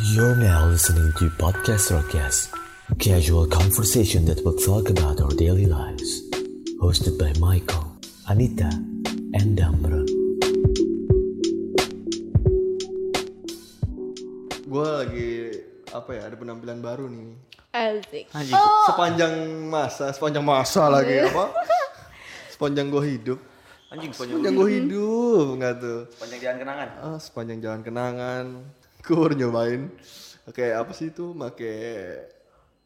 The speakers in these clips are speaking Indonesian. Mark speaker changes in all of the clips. Speaker 1: You're now listening to Podcast Rockcast, a casual conversation that will talk about our daily lives. Hosted by Michael, Anita, and Damron.
Speaker 2: gue lagi apa ya ada penampilan baru nih
Speaker 3: Asik.
Speaker 4: Anjing.
Speaker 2: sepanjang masa sepanjang masa lagi apa sepanjang gue hidup
Speaker 4: Anjing
Speaker 2: sepanjang gue hidup nggak tuh
Speaker 4: panjang jalan kenangan.
Speaker 2: ah, sepanjang jalan kenangan kur nyobain kayak apa sih itu make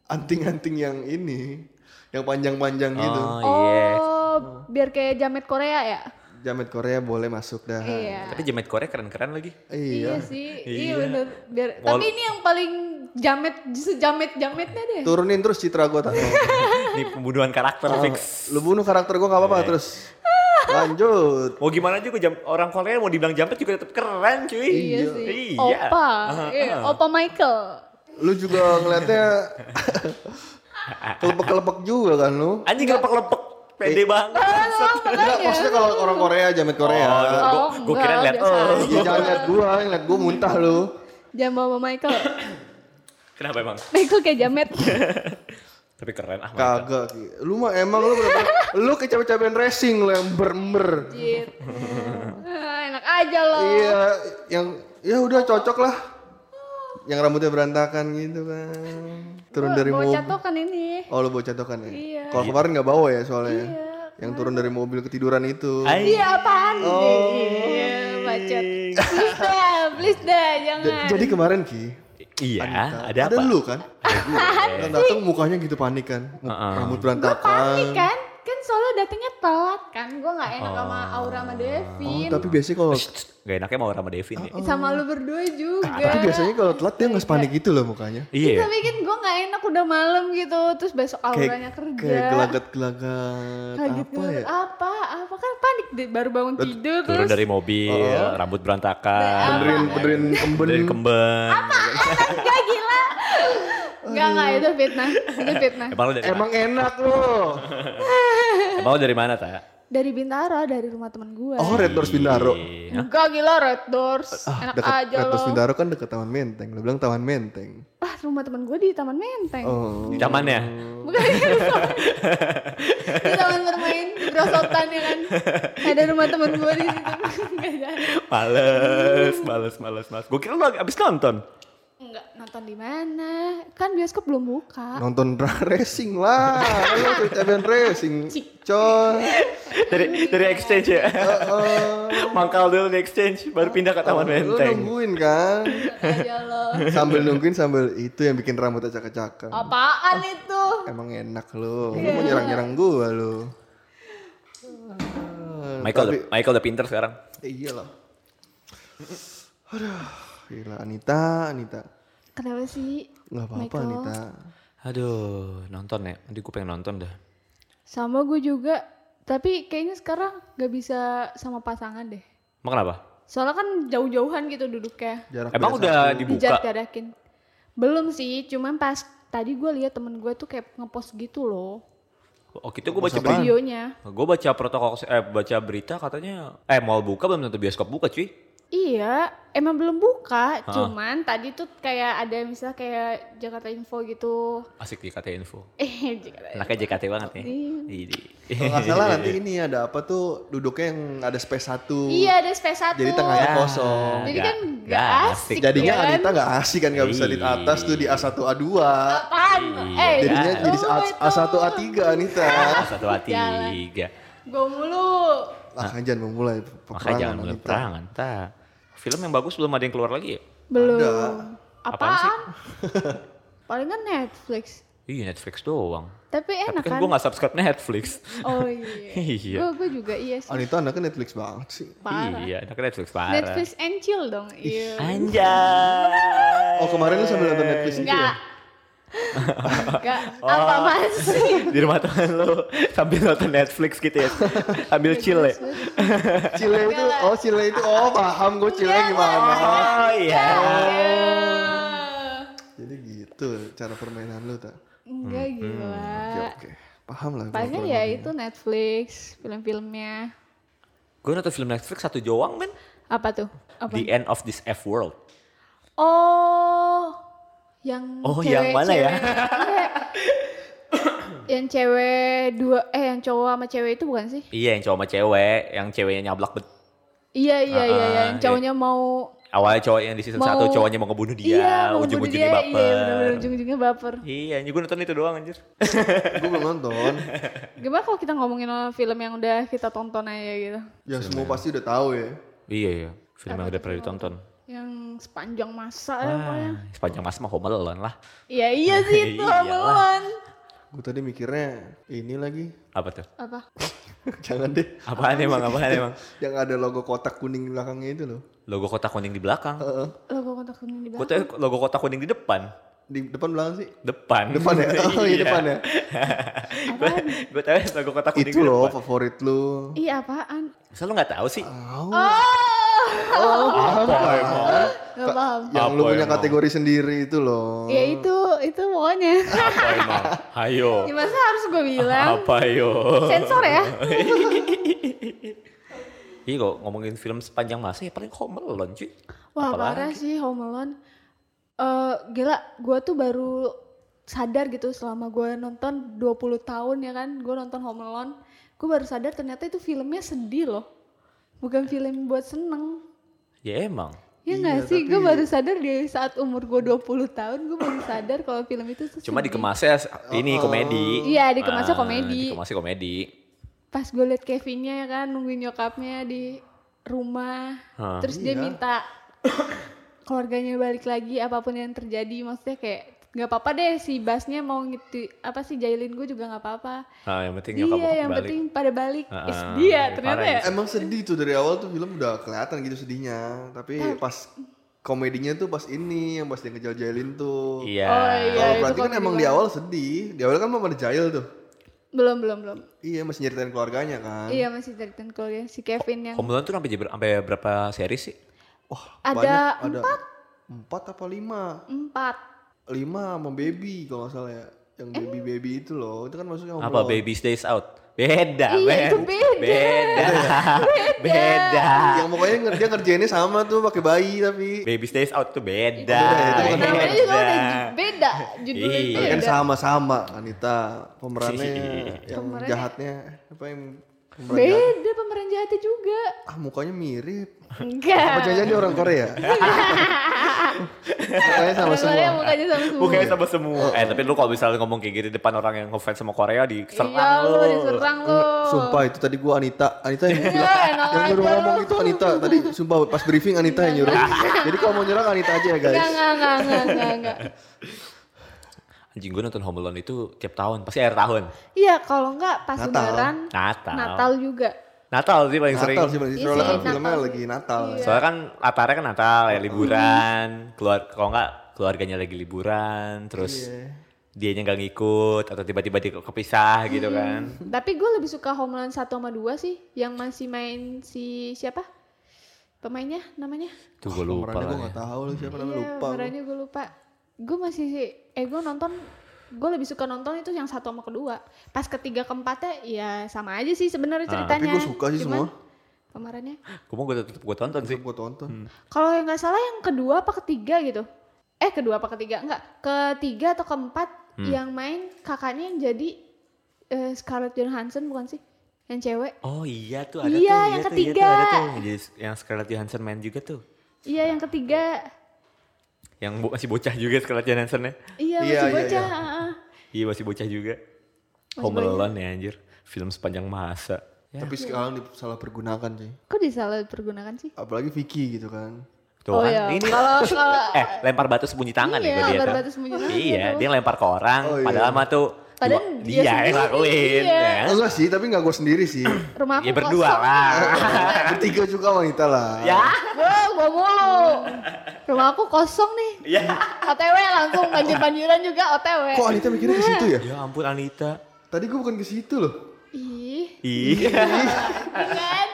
Speaker 2: anting-anting yang ini yang panjang-panjang gitu
Speaker 4: Oh iya.
Speaker 3: Oh, biar kayak jamet Korea ya?
Speaker 2: jamet Korea boleh masuk dah
Speaker 3: Iya.
Speaker 4: Tapi jamet Korea keren-keren lagi.
Speaker 2: iya
Speaker 3: Iya sih. Iya,
Speaker 4: Iya.
Speaker 3: bener. Biar
Speaker 4: Wal-
Speaker 3: tapi ini yang paling jamet sejamet-jametnya deh.
Speaker 2: turunin terus citra gue tak
Speaker 4: Ini pembunuhan karakter fix.
Speaker 2: lu bunuh karakter gue nggak apa-apa
Speaker 4: Iya.
Speaker 2: terus lanjut
Speaker 4: Mau gimana juga jam orang Korea mau dibilang jamet juga tetap keren cuy.
Speaker 3: Iya sih.
Speaker 4: Iya.
Speaker 3: Opa.
Speaker 4: Ah,
Speaker 3: Iya,
Speaker 4: ah.
Speaker 3: Opa Michael.
Speaker 2: lu juga ngeliatnya kelepek-kelepek juga kan lu
Speaker 4: Anjing kelepek-kelepek pede banget. Set.
Speaker 3: Iya.
Speaker 2: Enggak, maksudnya kalau orang Korea jamet Korea
Speaker 4: Oh,
Speaker 2: Iya,
Speaker 4: gua- gua
Speaker 3: enggak,
Speaker 4: kira liat
Speaker 3: biasa
Speaker 4: oh.
Speaker 3: aja.
Speaker 2: jangan liat gua, yang liat gua muntah lu
Speaker 3: Jamet sama Michael.
Speaker 4: Kenapa emang?
Speaker 3: Michael kayak jamet.
Speaker 4: Tapi keren ah. Michael.
Speaker 2: kagak Ki. lu mah emang lu bener-bener lu kecapean racing lu yang bermer
Speaker 3: Jit. Gitu. Ah, Enak aja loh.
Speaker 2: iya yang ya udah cocok lah yang rambutnya berantakan gitu kan turun dari
Speaker 3: Bawa
Speaker 2: mobil
Speaker 3: catokan ini.
Speaker 2: oh lu bawa catokan ya
Speaker 3: Iya.
Speaker 2: kalau kemarin nggak bawa ya soalnya yang turun dari mobil ketiduran itu
Speaker 4: Ay,
Speaker 3: Iya apaan?
Speaker 2: Oh.
Speaker 3: Iya, bacot. Please dah, please dah,
Speaker 2: Ja-
Speaker 3: jangan.
Speaker 2: jadi kemarin ki
Speaker 4: Iya, ada Uh-uh.
Speaker 2: ada
Speaker 4: apa?
Speaker 2: lu kan dan datang mukanya gitu panik kan rambut berantakan
Speaker 3: panik kan kan soalnya datangnya telat kan gue nggak enak sama
Speaker 2: Oh.
Speaker 3: Aura sama Devin
Speaker 2: tapi biasanya kalau
Speaker 4: Gak enaknya mau sama Devin ya.
Speaker 3: sama lu berdua juga
Speaker 2: Oh. Nah, tapi biasanya kalau telat dia nggak sepanik gitu loh mukanya
Speaker 4: Iya.
Speaker 3: tapi kan gue nggak enak udah malam gitu terus besok
Speaker 2: kayak
Speaker 3: Auranya kerja
Speaker 2: kayak gelagat-gelagat
Speaker 3: kaget
Speaker 2: apa ya
Speaker 3: apa apa kan panik deh baru bangun tidur
Speaker 4: Turun
Speaker 3: terus
Speaker 4: dari mobil, rambut berantakan.
Speaker 2: benerin benerin kemben
Speaker 4: Dari kemben.
Speaker 3: gak gila nggak nggak itu fitnah itu fitnah
Speaker 4: Emang lo dari
Speaker 2: emang enak loh
Speaker 4: Emang lo dari mana, Ta?
Speaker 3: dari Bintara dari rumah teman gue
Speaker 2: oh Red Doors Bintaro
Speaker 4: Iya.
Speaker 3: Enggak gila Red Doors
Speaker 2: ah
Speaker 3: enak
Speaker 2: dekat
Speaker 3: aja
Speaker 2: Red Doors
Speaker 3: loh
Speaker 2: Bintaro kan dekat Taman Menteng lo bilang Taman Menteng
Speaker 3: ah rumah teman gue di Taman Menteng
Speaker 2: oh
Speaker 4: Di tamannya.
Speaker 3: Bukan di taman bermain di Brosotan ya kan. Ada rumah temen gue di situ. Enggak ada.
Speaker 4: Males, males, males, males. Gue kira lo abis nonton.
Speaker 3: Enggak nonton di mana? Kan bioskop belum buka.
Speaker 2: nonton drag racing lah lo kecapean racing coy
Speaker 4: Dari dari exchange ya. Mangkal dulu di exchange, baru pindah ke
Speaker 2: lo
Speaker 4: Taman Menteng.
Speaker 2: nungguin kan
Speaker 3: Aja lo.
Speaker 2: sambil nungguin sambil itu yang bikin rambut acak-acakan
Speaker 3: Apaan itu?
Speaker 2: Emang enak lo,
Speaker 3: Iya.
Speaker 2: lu mau nyerang-nyerang gua lo.
Speaker 4: Michael, udah- Michael udah pinter sekarang.
Speaker 2: Eh, iya loh. Aduh, gila Anita, Anita.
Speaker 3: Kenapa sih?
Speaker 2: Gak apa-apa
Speaker 3: Michael?
Speaker 2: Anita.
Speaker 4: Aduh, nonton ya. Nanti gue pengen nonton dah.
Speaker 3: Sama gue juga. Tapi kayaknya sekarang gak bisa sama pasangan deh.
Speaker 4: Emang kenapa?
Speaker 3: Soalnya kan jauh-jauhan gitu duduknya.
Speaker 2: Jarak
Speaker 4: Emang
Speaker 2: beda
Speaker 4: udah
Speaker 2: satu.
Speaker 4: dibuka?
Speaker 3: Dijarak-jarakin. Belum sih, cuman pas tadi gue lihat temen gue tuh kayak ngepost gitu loh.
Speaker 4: Oh gitu gue baca berita.
Speaker 3: Videonya.
Speaker 4: Gue baca protokol, kese- eh baca berita katanya, eh mall buka belum tentu bioskop buka cuy.
Speaker 3: Iya, emang belum buka, cuman tadi tuh kayak ada misalnya kayak Jakarta Info gitu.
Speaker 4: Asik JKT Info.
Speaker 3: Eh, Jakarta.
Speaker 4: Anaknya JKT banget ya.
Speaker 3: Iya.
Speaker 4: Ini.
Speaker 2: Kalau nggak salah nanti ini ada apa tuh duduknya yang ada space satu.
Speaker 3: Iya, ada space satu. Eh,
Speaker 2: Jadi tengahnya kosong.
Speaker 3: Jadi
Speaker 4: Nggak-
Speaker 3: kan
Speaker 4: nggak
Speaker 3: gak
Speaker 4: asik.
Speaker 3: asik.
Speaker 2: Jadinya
Speaker 3: kan?
Speaker 2: Anita nggak asik kan nggak bisa di
Speaker 4: Iya.
Speaker 2: atas tuh di A1 A2.
Speaker 3: Apaan? Eh,
Speaker 2: Jadinya
Speaker 4: Iya.
Speaker 2: jadi
Speaker 3: lu itu.
Speaker 2: A- A1 A3 Anita.
Speaker 4: Satu hati
Speaker 3: Jalan.
Speaker 4: tiga.
Speaker 3: Gua mulu.
Speaker 2: Lah kan jangan memulai
Speaker 4: Makanya jangan
Speaker 2: peperangan
Speaker 4: mulai
Speaker 2: Anita.
Speaker 4: perangan. Ta. Film yang bagus belum ada yang keluar lagi ya?
Speaker 3: Belum.
Speaker 2: Ada.
Speaker 4: Apaan sih?
Speaker 3: Apaan? Paling kan Netflix.
Speaker 4: Iya Netflix doang.
Speaker 3: Tapi enak
Speaker 4: Tapi kan
Speaker 3: kan?
Speaker 4: gue gak subscribe Netflix.
Speaker 3: Oh iya.
Speaker 4: Iya.
Speaker 3: Gua, gua juga iya sih.
Speaker 2: Anita anaknya Netflix banget sih.
Speaker 3: Parah.
Speaker 4: Iya, anaknya Netflix parah.
Speaker 3: Netflix and chill dong. Iya.
Speaker 4: Anjay.
Speaker 2: Oh kemarin lu sambil nonton Netflix gitu
Speaker 3: Enggak.
Speaker 2: ya?
Speaker 3: Enggak.
Speaker 4: Oh.
Speaker 3: Apa masih?
Speaker 4: Di rumah teman lu sambil nonton Netflix gitu ya. sambil chill ya.
Speaker 2: Chile itu, oh Chile itu, oh paham gue Chile gimana.
Speaker 4: Oh iya. Oh.
Speaker 2: Jadi gitu cara permainan lu tak?
Speaker 3: Enggak
Speaker 4: Hmm,
Speaker 3: gila.
Speaker 2: Oke oke, paham lah. gua.
Speaker 3: Palingan ya itu Netflix, film-filmnya.
Speaker 4: Gue nonton film Netflix satu doang men.
Speaker 3: Apa tuh? Apa?
Speaker 4: The End of This F World.
Speaker 3: Oh, Yang
Speaker 4: Oh, yang mana ya?
Speaker 3: cewek- Iya. yang cewek dua eh yang cowok sama cewek itu bukan sih?
Speaker 4: Iya yang cowok sama cewek, yang ceweknya nyablak bet.
Speaker 3: Iya iya iya, iya,
Speaker 4: Ah,
Speaker 3: yang
Speaker 4: iya.
Speaker 3: cowoknya mau
Speaker 4: Awalnya cowok yang di season
Speaker 3: Mau-
Speaker 4: satu cowoknya mau ngebunuh dia,
Speaker 3: iya, mau bunuh dia.
Speaker 4: ujung-ujungnya
Speaker 3: Iya,
Speaker 4: baper.
Speaker 3: bener-bener ujung-ujungnya baper.
Speaker 4: Iya, juga nonton itu doang anjir.
Speaker 2: Gue belum nonton.
Speaker 3: Gimana kalau kita ngomongin film yang udah kita tonton aja gitu?
Speaker 2: Ya semua pasti udah tahu ya.
Speaker 4: iya, iya. Film yang udah pernah ditonton.
Speaker 3: Yang sepanjang masa ya pokoknya.
Speaker 4: Ah, sepanjang mas mah Home Alone lah.
Speaker 3: Iya iya sih itu
Speaker 4: Iyalah.
Speaker 3: belum.
Speaker 2: Gue tadi mikirnya ini lagi.
Speaker 4: Apa tuh?
Speaker 3: Apa?
Speaker 2: Jangan deh.
Speaker 4: Apaan emang, apaan emang?
Speaker 2: Yang ada logo kotak kuning di belakangnya itu loh.
Speaker 4: Logo kotak kuning di belakang.
Speaker 2: Heeh.
Speaker 3: Logo kontak kuning di belakang.
Speaker 4: Kota- logo kotak kuning di depan.
Speaker 2: Di depan belakang sih.
Speaker 4: Depan.
Speaker 2: Depan ya? Oh iya depan ya.
Speaker 4: Gue tahu logo kotak kuning
Speaker 2: Itu
Speaker 4: di
Speaker 2: loh Ah.
Speaker 4: depan.
Speaker 2: favorit lu.
Speaker 3: Iya apaan?
Speaker 4: Masa lu gak tahu sih?
Speaker 3: Oh,
Speaker 4: Apa emang?
Speaker 3: nggak paham.
Speaker 2: Yang lu
Speaker 4: Apa
Speaker 2: punya
Speaker 4: emang?
Speaker 2: kategori sendiri itu
Speaker 4: Oh.
Speaker 2: loh.
Speaker 3: Ya itu, itu pokoknya.
Speaker 4: Apa emang? Hayo.
Speaker 3: Ya masa harus gue bilang?
Speaker 4: Apa yo?
Speaker 3: Sensor ya?
Speaker 4: Iya kok ngomongin film sepanjang masa ya paling Home Alone cuy.
Speaker 3: Wah
Speaker 4: Apalagi?
Speaker 3: parah sih Home Alone. Eh, gila, gue tuh baru sadar gitu selama gue nonton 20 tahun ya kan. Gue nonton Home Alone. Gue baru sadar ternyata itu filmnya sedih loh. Bukan film buat seneng.
Speaker 4: Ya emang.
Speaker 3: Ya nggak sih, gue baru sadar di saat umur gue 20 tahun, gue baru sadar kalau film itu tuh
Speaker 4: Cuma
Speaker 3: sedih.
Speaker 4: dikemasnya s-
Speaker 2: Oh,
Speaker 4: ini komedi.
Speaker 3: Iya, dikemasnya
Speaker 4: Ah,
Speaker 3: komedi.
Speaker 4: Dikemasnya komedi.
Speaker 3: pas gue liat Kevinnya ya kan nungguin nyokapnya di rumah
Speaker 4: Hah.
Speaker 3: terus
Speaker 2: Iya.
Speaker 3: dia minta keluarganya balik lagi apapun yang terjadi maksudnya kayak nggak apa-apa deh si Basnya mau ngiti apa sih jailin gue juga nggak apa-apa
Speaker 4: Ah, yang penting nyokap bokap
Speaker 3: dia Iya, yang
Speaker 4: balik.
Speaker 3: penting pada balik
Speaker 4: Ah,
Speaker 3: is
Speaker 4: ah,
Speaker 3: dia
Speaker 4: parah
Speaker 3: ternyata
Speaker 4: ya.
Speaker 3: ya
Speaker 2: Emang sedih tuh dari awal tuh film udah kelihatan gitu sedihnya. Tapi pas komedinya tuh pas ini yang pas dia ngejal-jailin tuh.
Speaker 4: Iya.
Speaker 3: oh
Speaker 2: Kalau
Speaker 3: iya itu
Speaker 2: berarti kan
Speaker 3: komedi
Speaker 2: emang di
Speaker 3: banget.
Speaker 2: awal sedih. Di awal kan mau pada jail tuh.
Speaker 3: belum belum belum
Speaker 2: Iya masih nyeritain keluarganya kan.
Speaker 3: iya masih ceritain keluarga si Kevin yang
Speaker 4: Home Alone tuh sampai ber- sampai berapa seri sih?
Speaker 2: Wah
Speaker 3: Ada
Speaker 2: ada empat apa lima?
Speaker 3: empat
Speaker 2: Lima sama baby kalau nggak salah ya. Yang
Speaker 3: Eh?
Speaker 2: baby baby itu loh. Itu kan masuknya Home
Speaker 4: Apa
Speaker 2: Alone.
Speaker 4: Baby Stays Out? Beda,
Speaker 3: Iya, itu
Speaker 4: beda. Beda. beda.
Speaker 2: Yang pokoknya nger- dia ngerjainnya sama tuh pakai bayi tapi.
Speaker 4: Baby Stays Out tuh beda.
Speaker 2: Beda, itu kan
Speaker 3: Iya, namanya juga udah gitu. ju- beda judulnya
Speaker 4: Iya.
Speaker 2: Tapi kan
Speaker 3: beda.
Speaker 2: sama-sama Anita pemerannya yang
Speaker 3: Pemerannya.
Speaker 2: jahatnya apa yang pemeran jahat.
Speaker 3: beda pemeran jahatnya juga
Speaker 2: Ah mukanya mirip.
Speaker 3: enggak
Speaker 2: Apa jangan orang Korea? mukanya sama
Speaker 3: Soalnya
Speaker 2: semua.
Speaker 3: mukanya sama semua.
Speaker 4: Bukannya sama semua. Eh tapi lu kalau misalnya ngomong kayak gitu di depan orang yang ngefans sama Korea diserang
Speaker 3: iya lu
Speaker 4: lu.
Speaker 3: diserang lu.
Speaker 2: Sumpah itu tadi gua Anita, Anita yang
Speaker 3: Iya,
Speaker 2: bilang
Speaker 3: enak
Speaker 2: yang nyuruh
Speaker 3: aja
Speaker 2: ngomong
Speaker 3: lu.
Speaker 2: itu Anita. Tadi sumpah pas briefing Anita yang nyuruh.
Speaker 3: Iya.
Speaker 2: Jadi kalau mau nyerang Anita aja ya guys.
Speaker 3: Enggak, enggak, enggak, enggak, enggak, enggak.
Speaker 4: Anjing gue nonton Home Alone itu tiap tahun, pasti akhir tahun.
Speaker 3: Iya, kalau enggak pas
Speaker 2: Natal.
Speaker 3: lebaran
Speaker 4: Natal.
Speaker 3: Natal juga.
Speaker 4: Natal sih paling sering.
Speaker 2: Natal sih berarti
Speaker 3: Iya
Speaker 2: soalnya
Speaker 3: sih, Iya.
Speaker 2: kan filmnya
Speaker 3: Natal.
Speaker 2: lagi Natal.
Speaker 4: Soalnya kan latarnya kan Natal ya liburan, keluar kalau nggak keluarganya lagi liburan, terus dianya nggak ngikut atau tiba-tiba di kepisah gitu kan.
Speaker 3: Tapi gue lebih suka Homeland 1 sama 2 sih yang masih main si siapa? Pemainnya namanya?
Speaker 4: Tuh gue lupa
Speaker 2: Pemerannya
Speaker 4: lah
Speaker 2: gua
Speaker 4: ya.
Speaker 2: nggak tahu lagi siapa
Speaker 3: Iya,
Speaker 2: namanya lupa. gua.
Speaker 3: pemerannya gue lupa. Gue masih eh gue nonton gue lebih suka nonton itu yang satu sama kedua. Pas ketiga keempatnya ya sama aja sih sebenarnya ceritanya.
Speaker 2: Nah, Tapi gua suka sih
Speaker 3: Cuman,
Speaker 2: semua.
Speaker 3: Pemerannya
Speaker 4: Gue mau gue tetep gue tonton sih.
Speaker 2: Tetep gua tonton.
Speaker 4: Hmm.
Speaker 3: Kalau yang nggak salah yang kedua apa ketiga gitu? Eh kedua apa ketiga? Enggak, ketiga atau keempat
Speaker 2: Hmm.
Speaker 3: yang main kakaknya yang jadi eh, Scarlett Johansson bukan sih? Yang cewek?
Speaker 4: Oh iya tuh
Speaker 3: Iya,
Speaker 4: ada tuh,
Speaker 3: yang
Speaker 4: iya tuh,
Speaker 3: ketiga.
Speaker 4: iya tuh, ada tuh. Yang jadi- Yang Scarlett Johansson main juga tuh.
Speaker 3: Iya yang ketiga.
Speaker 4: Yang bo- masih bocah juga Scarlett Johansson-nya.
Speaker 3: Iya
Speaker 2: Iya,
Speaker 3: masih
Speaker 2: iya,
Speaker 3: bocah.
Speaker 2: iya.
Speaker 3: ah, ah.
Speaker 4: Iya masih bocah juga.
Speaker 3: Masih
Speaker 4: Home
Speaker 3: bocah.
Speaker 4: Alone ya anjir. Film sepanjang masa. Ya.
Speaker 2: Tapi sekarang disalah pergunakan sih.
Speaker 3: Kok disalah pergunakan sih?
Speaker 2: Apalagi Vicky gitu kan.
Speaker 3: Oh
Speaker 4: Tuh kan,
Speaker 3: iya.
Speaker 4: ini
Speaker 3: Kalau- kalau-
Speaker 4: eh lempar batu sembunyi tangan
Speaker 3: Iya,
Speaker 4: ya gue dia
Speaker 3: lempar
Speaker 4: tuh.
Speaker 3: batu sembunyi tangan
Speaker 4: Iya,
Speaker 3: tuh.
Speaker 4: dia lempar ke orang,
Speaker 2: Oh, iya.
Speaker 4: padahal mah tuh
Speaker 3: Padahal
Speaker 4: dua-
Speaker 3: dia
Speaker 4: dia
Speaker 3: sendiri,
Speaker 4: yang lakuin.
Speaker 3: iya.
Speaker 4: ya.
Speaker 2: Ah, Enggak sih, tapi enggak gua sendiri sih.
Speaker 3: Rumah aku
Speaker 4: Ya berdua
Speaker 3: kosong.
Speaker 4: lah.
Speaker 2: Bertiga juga wanita lah.
Speaker 4: Ya.
Speaker 3: Gua gua mulu. Rumah aku kosong nih.
Speaker 4: Ya.
Speaker 3: OTW langsung banjir-banjiran juga OTW.
Speaker 2: Iya. Kok Anita mikirnya ke situ ya?
Speaker 4: Ya ampun Anita.
Speaker 2: Tadi gue bukan ke situ loh.
Speaker 3: Ih,
Speaker 4: Iya.
Speaker 3: kan?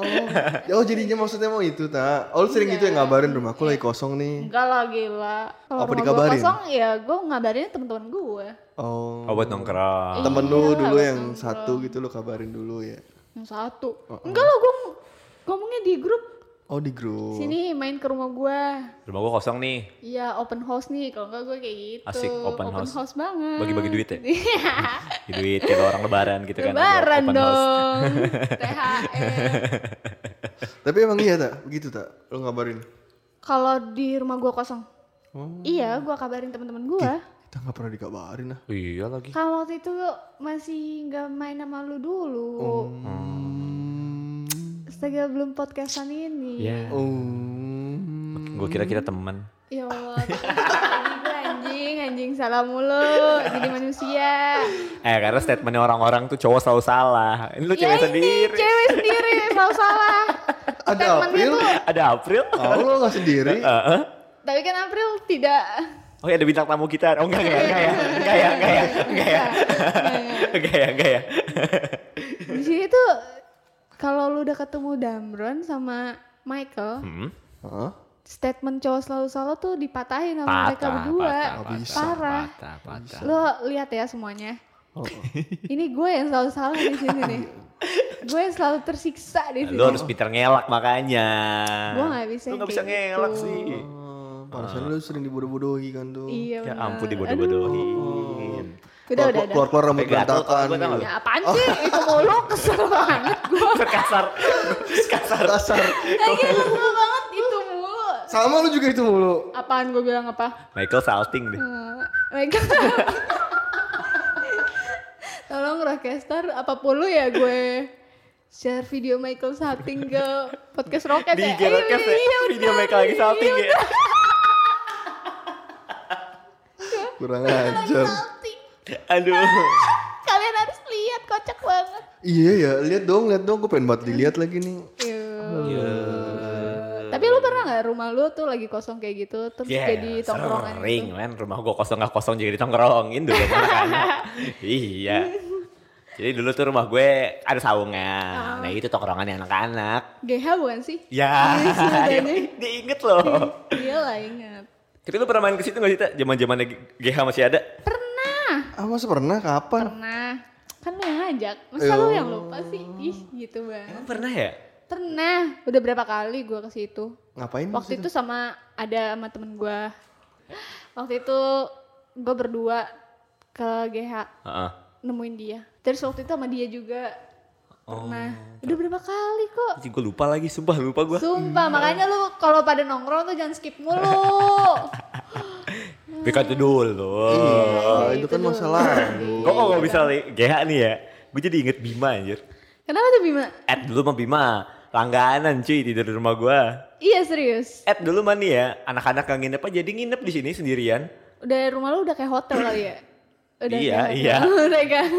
Speaker 2: Oh, oh jadinya maksudnya mau itu tak? Oh lu sering gitu ya
Speaker 3: Iya.
Speaker 2: ngabarin rumahku lagi kosong nih.
Speaker 3: Enggak lah gila. Kalau
Speaker 2: Apa
Speaker 3: rumah gua
Speaker 2: dikabarin?
Speaker 3: kosong ya gue ngabarin temen-temen gue.
Speaker 2: Oh,
Speaker 4: Oh, buat nongkrong.
Speaker 2: temen lu
Speaker 3: Iya,
Speaker 2: dulu
Speaker 3: abang
Speaker 2: yang satu gitu lu kabarin dulu ya.
Speaker 4: Oh,
Speaker 3: Yang satu. Enggak lah gue ngomongnya di grup.
Speaker 2: Oh di grup.
Speaker 3: Sini main ke rumah gua.
Speaker 4: Rumah gua kosong nih.
Speaker 3: Iya open house nih, kalau enggak gue kayak gitu.
Speaker 4: Asik, open house.
Speaker 3: banget.
Speaker 4: Bagi-bagi duit ya?
Speaker 3: Iya.
Speaker 4: Di duit kayak orang lebaran gitu kan. ada
Speaker 3: Lebaran
Speaker 4: open house.
Speaker 3: dong. E. THR.
Speaker 2: Tapi emang iya tak? Begitu tak? Lo ngabarin?
Speaker 3: Kalau di rumah gua kosong.
Speaker 2: Oh.
Speaker 3: Iya, gua kabarin teman-teman gua.
Speaker 2: Kita nggak pernah dikabarin ah. lah.
Speaker 4: Iya lagi.
Speaker 3: Kan waktu itu masih nggak main sama lu dulu.
Speaker 4: Oh.
Speaker 3: Astaga belum podcastan ini.
Speaker 4: Hmm. Iya.
Speaker 2: Oh.
Speaker 4: Gua kira kita teman.
Speaker 3: Ya Allah. tadi gua anjing, anjing salah mulu. Jadi manusia.
Speaker 4: Eh karena statementnya orang-orang tuh cowok selalu salah. Ini lu cewek sendiri.
Speaker 3: Ya cewek sendiri selalu salah.
Speaker 2: Ada
Speaker 3: Statementnya
Speaker 2: April?
Speaker 3: tuh-
Speaker 4: Ada April.
Speaker 2: Oh lo nggak sendiri?
Speaker 3: Tapi kan April tidak.
Speaker 4: Oh ya ada bintang tamu kita. Oh enggak enggak
Speaker 3: Iya,
Speaker 4: enggak ya. Enggak ya enggak ya. Enggak ya. Enggak ya enggak ya.
Speaker 3: Nah, Di sini tuh kalau lu udah ketemu Damron sama Michael,
Speaker 4: Hmm.
Speaker 2: Hah?
Speaker 3: statement cowok selalu salah tuh dipatahin sama mereka
Speaker 4: Patah,
Speaker 3: berdua.
Speaker 4: patah,
Speaker 3: Parah.
Speaker 4: Patah, patah.
Speaker 3: Lo lihat ya semuanya.
Speaker 2: Oh.
Speaker 3: Ini gue yang selalu salah di sini nih. gue yang selalu tersiksa di sini.
Speaker 4: Lu harus pinter ngelak makanya.
Speaker 3: Gua nggak bisa
Speaker 4: Lu nggak
Speaker 3: kayak
Speaker 4: bisa ngelak
Speaker 3: gitu.
Speaker 4: sih.
Speaker 2: Oh, Pantesan lu sering dibodoh-bodohi kan tuh.
Speaker 3: Iya,
Speaker 4: Ya
Speaker 3: benar.
Speaker 4: ampun
Speaker 3: Aduh.
Speaker 4: dibodoh-bodohin.
Speaker 3: Udah, udah, udah.
Speaker 2: Keluar-keluar rambut
Speaker 4: Sampai gatel
Speaker 2: berantakan.
Speaker 4: tau gua tau
Speaker 2: gitu.
Speaker 4: nggak?
Speaker 3: Ya, apaan sih?
Speaker 4: Oh.
Speaker 3: Itu mulu kesel banget gue.
Speaker 4: Kasar. Kasar.
Speaker 2: Kasar.
Speaker 3: Lagi kesel banget itu mulu.
Speaker 2: Sama lu juga itu mulu.
Speaker 3: Apaan gue bilang apa?
Speaker 4: Michael salting deh.
Speaker 3: Eh, Mereka Tolong Rockestar apapun lu ya gue share video Michael salting ke podcast Rocket
Speaker 4: Di
Speaker 3: ya.
Speaker 4: IG Rockets ya,
Speaker 3: iya,
Speaker 4: video
Speaker 3: bener. Iya,
Speaker 4: Michael lagi salting ya.
Speaker 2: Kurang ajar.
Speaker 3: Salting.
Speaker 4: Aduh.
Speaker 3: Kalian harus lihat kocak banget.
Speaker 2: Iya ya, lihat dong, lihat dong. Gue pengen banget dilihat lagi nih.
Speaker 4: Iya.
Speaker 3: Iya. Tapi lu pernah nggak rumah lu tuh lagi kosong kayak gitu terus
Speaker 4: Yeah,
Speaker 3: jadi tongkrongan
Speaker 4: Iya, sering
Speaker 3: gitu?
Speaker 4: men rumah gua kosong nggak kosong jadi ditongkrongin dulu makanya iya jadi dulu tuh rumah gue
Speaker 3: Ah.
Speaker 4: ada saungan nah itu tongkrongan anak-anak
Speaker 3: GH bukan sih?
Speaker 4: ya
Speaker 3: Iya,
Speaker 4: dia, dia inget loh
Speaker 3: Iya lah ingat.
Speaker 4: tapi lu pernah main ke situ nggak sih tak zaman zamannya GH masih ada
Speaker 2: Ah masa pernah? Kapan?
Speaker 3: Pernah. Kan lu yang ngajak. Masa lu yang lupa sih? Ih, gitu banget.
Speaker 4: Emang pernah ya
Speaker 3: Pernah, udah berapa kali gua ke situ.
Speaker 2: Ngapain? lu
Speaker 3: Waktu
Speaker 2: situ?
Speaker 3: itu sama ada sama temen gua Waktu itu gue berdua ke GH
Speaker 4: Heeh.
Speaker 3: nemuin dia. Terus waktu itu sama dia juga pernah. udah berapa kali kok?
Speaker 4: Anjing, gue lupa lagi sumpah lupa gue
Speaker 3: Sumpah, makanya lu kalau pada nongkrong tuh jangan skip mulu.
Speaker 4: Bikin itu dulu
Speaker 2: Ah,
Speaker 3: Iya,
Speaker 2: itu
Speaker 3: itu
Speaker 2: kan
Speaker 3: dulu.
Speaker 2: masa lalu.
Speaker 4: kok kok gak bisa li- GH nih ya gue jadi inget Bima anjir
Speaker 3: Kenapa tuh Bima?
Speaker 4: Ed dulu sama Bima langganan cuy tidur di rumah gue
Speaker 3: Iya serius.
Speaker 4: Ed dulu mana ya, anak-anak yang nginep aja jadi nginep di sini sendirian.
Speaker 3: Udah rumah lu udah kayak hotel kali ya? Udah
Speaker 4: Iya,
Speaker 3: kayak
Speaker 4: iya.
Speaker 3: hotel. Udah kayak-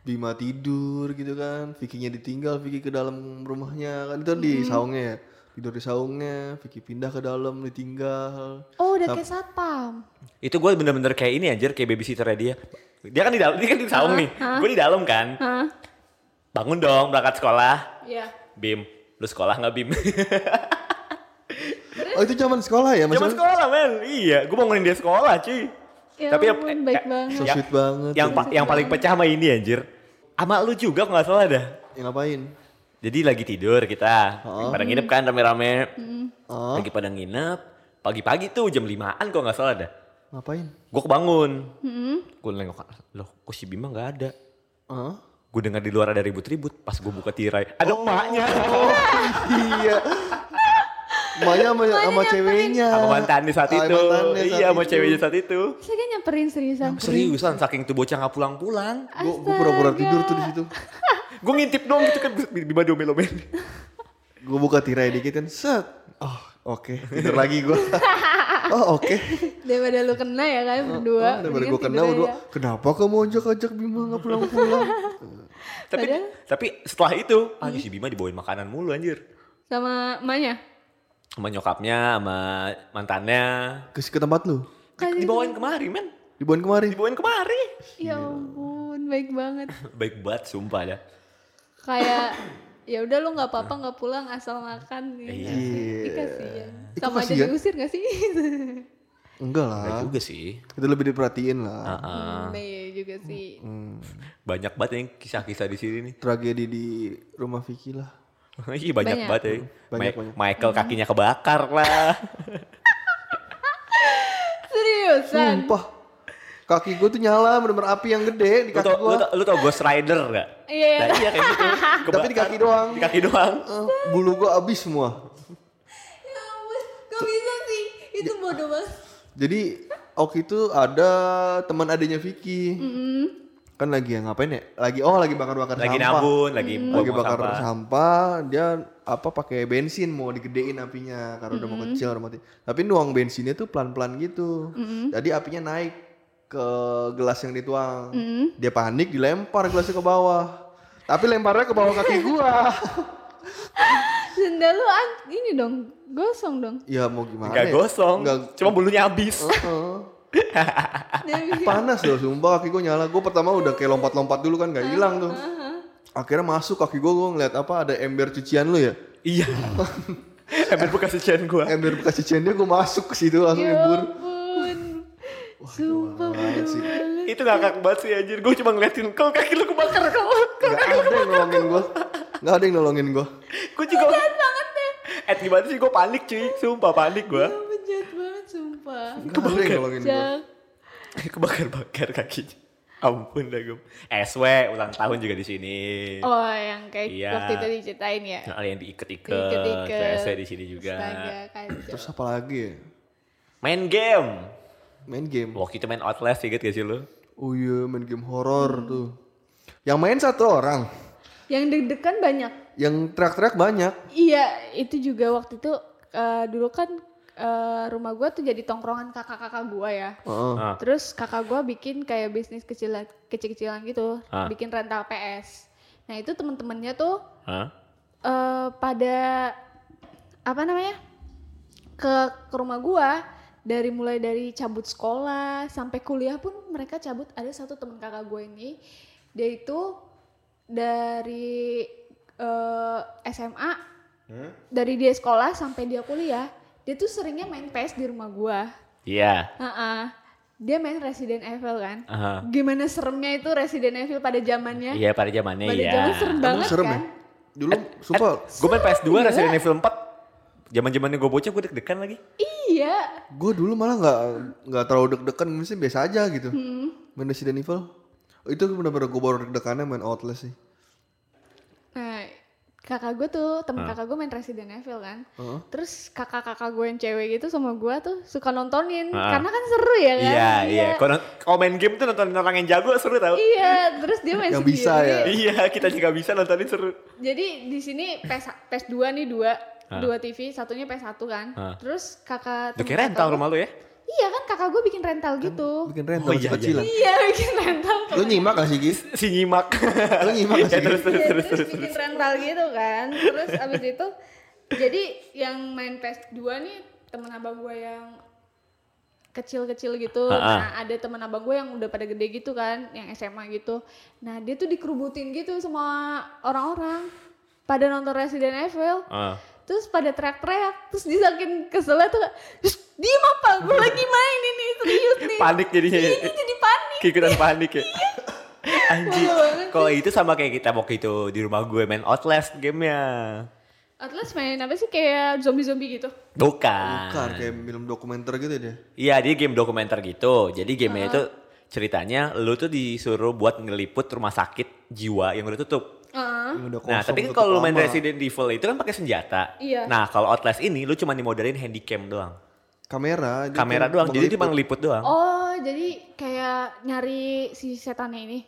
Speaker 2: Bima tidur gitu kan, Vicky-nya ditinggal, Vicky ke dalam rumahnya kan itu di saungnya ya. Tidur di saungnya, Vicky pindah ke dalam, ditinggal.
Speaker 3: oh udah kayak satpam.
Speaker 4: Itu gue bener-bener kayak ini anjir, kayak babysitternya dia. Dia kan di dalam, dia kan di saung nih. Gue di dalam kan.
Speaker 3: Hah?
Speaker 4: Bangun dong berangkat sekolah.
Speaker 3: Iya.
Speaker 4: Bim, lu sekolah nggak Bim?
Speaker 2: Oh itu zaman sekolah ya,
Speaker 4: Zaman
Speaker 2: maksudnya?
Speaker 4: sekolah men, iya. Gue bangunin dia sekolah cuy.
Speaker 3: Ya
Speaker 4: Tapi eh,
Speaker 3: ampun, baik banget.
Speaker 2: So sweet banget.
Speaker 4: Ya. yang, pa- yang paling pecah sama ini anjir. Ama lu juga kalau nggak salah dah.
Speaker 2: Ya, ngapain?
Speaker 4: Jadi lagi tidur kita,
Speaker 2: Oh.
Speaker 4: pada nginep kan rame-rame.
Speaker 2: Ah,
Speaker 4: Lagi pada nginep, pagi-pagi tuh jam 5an kalau nggak salah dah.
Speaker 2: ngapain?
Speaker 4: Gue kebangun.
Speaker 3: Hmm.
Speaker 4: Gue nengok, loh kok si Bima gak ada?
Speaker 2: Ah?
Speaker 4: Gue dengar di luar ada ribut-ribut. Pas gue buka tirai, ada
Speaker 2: Oh.
Speaker 4: emaknya.
Speaker 2: iya. Emaknya sama, sama ceweknya.
Speaker 4: Sama mantannya saat
Speaker 2: Ah,
Speaker 4: itu.
Speaker 2: mantannya saat
Speaker 4: iya, sama
Speaker 2: itu.
Speaker 4: ceweknya saat itu.
Speaker 3: Saya kan nyamperin seriusan.
Speaker 4: Seriusan, saking tuh bocah gak pulang-pulang.
Speaker 2: Gue gue pura-pura tidur tuh di situ.
Speaker 4: Gue ngintip dong gitu kan, Bima diomel-omel.
Speaker 2: Gue buka tirai dikit kan, set. Oh, oke. Tidur lagi gue. oh, oke.
Speaker 3: Daripada lu kena ya kan
Speaker 2: Ah,
Speaker 3: berdua.
Speaker 2: Daripada
Speaker 3: mendingan
Speaker 2: gue kena,
Speaker 3: tidur
Speaker 2: gue
Speaker 3: aja.
Speaker 2: kenapa kamu ajak-ajak Bima gak pulang-pulang?
Speaker 4: tapi, tapi setelah itu, ah si Bima dibawain makanan mulu anjir.
Speaker 3: Sama emaknya.
Speaker 4: Sama nyokapnya, sama mantannya.
Speaker 2: Ke, ke tempat lu?
Speaker 3: Kan itu-
Speaker 4: Dibawain kemari men.
Speaker 2: Dibawain kemari?
Speaker 4: Dibawain kemari.
Speaker 3: Ya ampun, baik banget.
Speaker 4: Baik banget sumpah dah.
Speaker 3: Kayak ya udah lu nggak apa-apa nggak pulang asal makan nih. Iya. Ih, kasihan.
Speaker 2: Itu
Speaker 3: Sama aja
Speaker 2: kasihan.
Speaker 3: diusir gak sih?
Speaker 2: Enggak
Speaker 4: Gak
Speaker 2: lah.
Speaker 4: juga Ah, sih.
Speaker 2: Itu lebih diperhatiin lah.
Speaker 3: Hmm, Iya juga sih.
Speaker 4: Banyak banget yang kisah-kisah di sini nih.
Speaker 2: Tragedi di rumah Vicky lah.
Speaker 4: Ih banyak,
Speaker 3: Banyak. Hmm.
Speaker 4: banget ya.
Speaker 2: Banyak,
Speaker 4: Ma-
Speaker 2: banyak.
Speaker 4: Michael kakinya kebakar lah.
Speaker 3: Seriusan?
Speaker 2: Sumpah. Kaki gue tuh nyala bener-bener api yang gede di
Speaker 4: lu
Speaker 2: kaki
Speaker 4: tau, lu
Speaker 2: gue.
Speaker 4: tau, lu tau Ghost Rider gak?
Speaker 3: Iya, iya.
Speaker 4: Nah, iya kayak
Speaker 2: Tapi
Speaker 4: gitu.
Speaker 2: di
Speaker 4: Kebakar.
Speaker 2: kaki doang.
Speaker 4: Di kaki doang.
Speaker 2: Eh, bulu gue abis semua.
Speaker 3: Ya ampun, gak bisa sih. Itu bodoh banget.
Speaker 2: Jadi Oki itu ada teman adanya Vicky. Kan lagi yang ngapain ya? Lagi oh lagi bakar-bakar
Speaker 4: Lagi
Speaker 2: sampah.
Speaker 4: nabun, lagi
Speaker 3: Hmm.
Speaker 2: Lagi
Speaker 4: buang
Speaker 2: bakar
Speaker 4: sampah.
Speaker 2: sampah. dia apa pakai bensin mau digedein apinya karena udah mau kecil udah mati. Tapi nuang bensinnya tuh pelan-pelan gitu. Jadi apinya naik ke gelas yang dituang. Dia panik dilempar gelasnya ke bawah. Tapi lemparnya ke bawah kaki gua.
Speaker 3: Sendal lu an- ini dong, gosong dong.
Speaker 2: ya mau gimana?
Speaker 4: Gak
Speaker 2: ya?
Speaker 4: gosong.
Speaker 2: Nggak-
Speaker 4: Cuma bulunya habis.
Speaker 2: Heeh.
Speaker 3: Demi-
Speaker 2: panas loh sumpah kaki gue nyala gue pertama udah kayak lompat-lompat dulu kan gak hilang tuh akhirnya masuk kaki gue gue ngeliat apa ada ember cucian lu ya
Speaker 4: iya. Ember bekas cucian gue.
Speaker 2: ember bekas cucian dia gue masuk ke situ langsung
Speaker 3: ya
Speaker 2: nyebur
Speaker 3: ampun. Sumpah bodoh
Speaker 2: sih.
Speaker 3: banget.
Speaker 4: Itu ngakak banget sih anjir. Gue cuma ngeliatin kau kaki lu kebakar kau.
Speaker 2: nggak ada yang nolongin gue nggak ada yang nolongin gue
Speaker 4: Gue juga. banget deh. Eh gimana sih gue panik cuy. Sumpah panik gue.
Speaker 3: Kamu jahat banget sumpah.
Speaker 2: nggak ada yang nolongin gue
Speaker 3: Jak.
Speaker 4: Kebakar-bakar kakinya. Ampun dah gue. SW ulang tahun juga di sini.
Speaker 3: Oh yang kayak
Speaker 4: Iya.
Speaker 3: waktu itu diceritain ya.
Speaker 4: Ada yang diikat-ikat.
Speaker 3: Diikat-ikat.
Speaker 4: Tuh SW di sini juga.
Speaker 3: Astaga, kacau.
Speaker 2: terus apa lagi ya
Speaker 4: Main game.
Speaker 2: main game
Speaker 4: Waktu itu main Outlast inget gak sih lu?
Speaker 2: oh iya main game horor tuh yang main satu orang
Speaker 3: Yang deg-degan banyak.
Speaker 2: yang teriak-teriak banyak
Speaker 3: Iya, itu juga waktu itu eh, dulu kan eh, rumah gua tuh jadi tongkrongan kakak-kakak gua ya.
Speaker 2: Heeh.
Speaker 4: Ah.
Speaker 3: Terus kakak gua bikin kayak bisnis kecilan kecil-kecilan gitu,
Speaker 4: Ah.
Speaker 3: bikin rental PS. Nah, itu temen-temennya tuh
Speaker 4: Hah?
Speaker 3: eh, pada apa namanya? Ke, ke rumah gua dari mulai dari cabut sekolah sampai kuliah pun mereka cabut. Ada satu temen kakak gue ini, dia itu dari eh, SMA dari dia sekolah sampai dia kuliah, dia tuh seringnya main PS di rumah gua.
Speaker 4: Iya.
Speaker 3: Heeh. Dia main Resident Evil kan.
Speaker 4: Aha.
Speaker 3: Gimana seremnya itu Resident Evil pada zamannya?
Speaker 4: Ah. Iya pada zamannya
Speaker 3: pada
Speaker 4: ya.
Speaker 3: zaman serem banget
Speaker 2: serem
Speaker 3: kan.
Speaker 2: ya dulu sumpah
Speaker 4: Gue main PS2 Resident Evil 4. Zaman-zamannya gue bocah gue deg-degan lagi.
Speaker 3: Iya.
Speaker 2: Gue dulu malah nggak nggak terlalu deg-degan, misalnya biasa aja gitu. Main Resident Evil. Itu bener-bener gue baru deg-degannya main Outlast sih.
Speaker 3: Nah, kakak gue tuh, temen kakak gue main Resident Evil kan.
Speaker 2: Heeh.
Speaker 3: Terus kakak-kakak gue yang cewek gitu sama gue tuh suka nontonin.
Speaker 4: Ah.
Speaker 3: Karena kan seru ya kan.
Speaker 4: Iya iya. Kalau non- kalau main game tuh nontonin orang yang jago seru tau.
Speaker 3: Iya, terus dia main
Speaker 2: Yang
Speaker 3: sendiri.
Speaker 2: bisa ya.
Speaker 4: Iya kita juga bisa nontonin seru.
Speaker 3: Jadi di sini PS, PS2 nih dua, dua TV, satunya PS1 kan.
Speaker 4: Ah.
Speaker 3: Terus kakak
Speaker 4: Lu
Speaker 3: temen
Speaker 4: kira
Speaker 3: kakak
Speaker 4: rental rumah lu ya?
Speaker 3: Iya kan kakak gue bikin rental gitu.
Speaker 2: Bikin rental
Speaker 4: Oh, iya,
Speaker 2: kecilan.
Speaker 3: Iya bikin rental.
Speaker 2: Lu nyimak gak sih Gis?
Speaker 4: Si nyimak.
Speaker 2: Lu nyimak gak
Speaker 4: ya
Speaker 2: sih?
Speaker 4: terus terus
Speaker 3: Iya,
Speaker 4: terus
Speaker 3: terus
Speaker 4: terus.
Speaker 3: bikin rental gitu kan. Terus abis itu jadi yang main PS2 nih temen abang gue yang kecil-kecil gitu.
Speaker 4: Ha-ha.
Speaker 3: Nah, ada temen abang gue yang udah pada gede gitu kan, yang SMA gitu. Nah, dia tuh dikerubutin gitu sama orang-orang pada nonton Resident Evil.
Speaker 4: Ah.
Speaker 3: Terus pada teriak-teriak, terus dia saking keselnya tuh, "Shh, diem apa? Gue lagi main ini, serius nih.
Speaker 4: Panik jadinya.
Speaker 3: Iya, dia jadi panik. Iya.
Speaker 4: Keikutan panik ya. Anjir.
Speaker 3: Bodoh banget
Speaker 4: Kalau itu sama kayak kita waktu itu di rumah gue main Outlast gamenya.
Speaker 3: Atlas main apa sih kayak zombie-zombie gitu?
Speaker 4: Bukan.
Speaker 2: Bukan, kayak film dokumenter gitu dia.
Speaker 4: Iya, dia game dokumenter gitu. Jadi gamenya itu ceritanya lu tuh disuruh buat ngeliput rumah sakit jiwa yang udah tutup.
Speaker 3: Heeh.
Speaker 2: Yang udah
Speaker 4: nah,
Speaker 2: kosong,
Speaker 4: tapi kan
Speaker 2: tutup
Speaker 4: kalau lu main
Speaker 2: lama.
Speaker 4: Resident Evil itu kan pakai senjata.
Speaker 3: Iya.
Speaker 4: Nah, kalau Outlast ini lu cuma dimodalin handycam doang.
Speaker 2: Kamera. dia
Speaker 4: Kamera
Speaker 2: tuh
Speaker 4: doang. Jadi
Speaker 2: mengeliput.
Speaker 4: cuma ngeliput doang.
Speaker 3: Oh, jadi kayak nyari si setannya ini.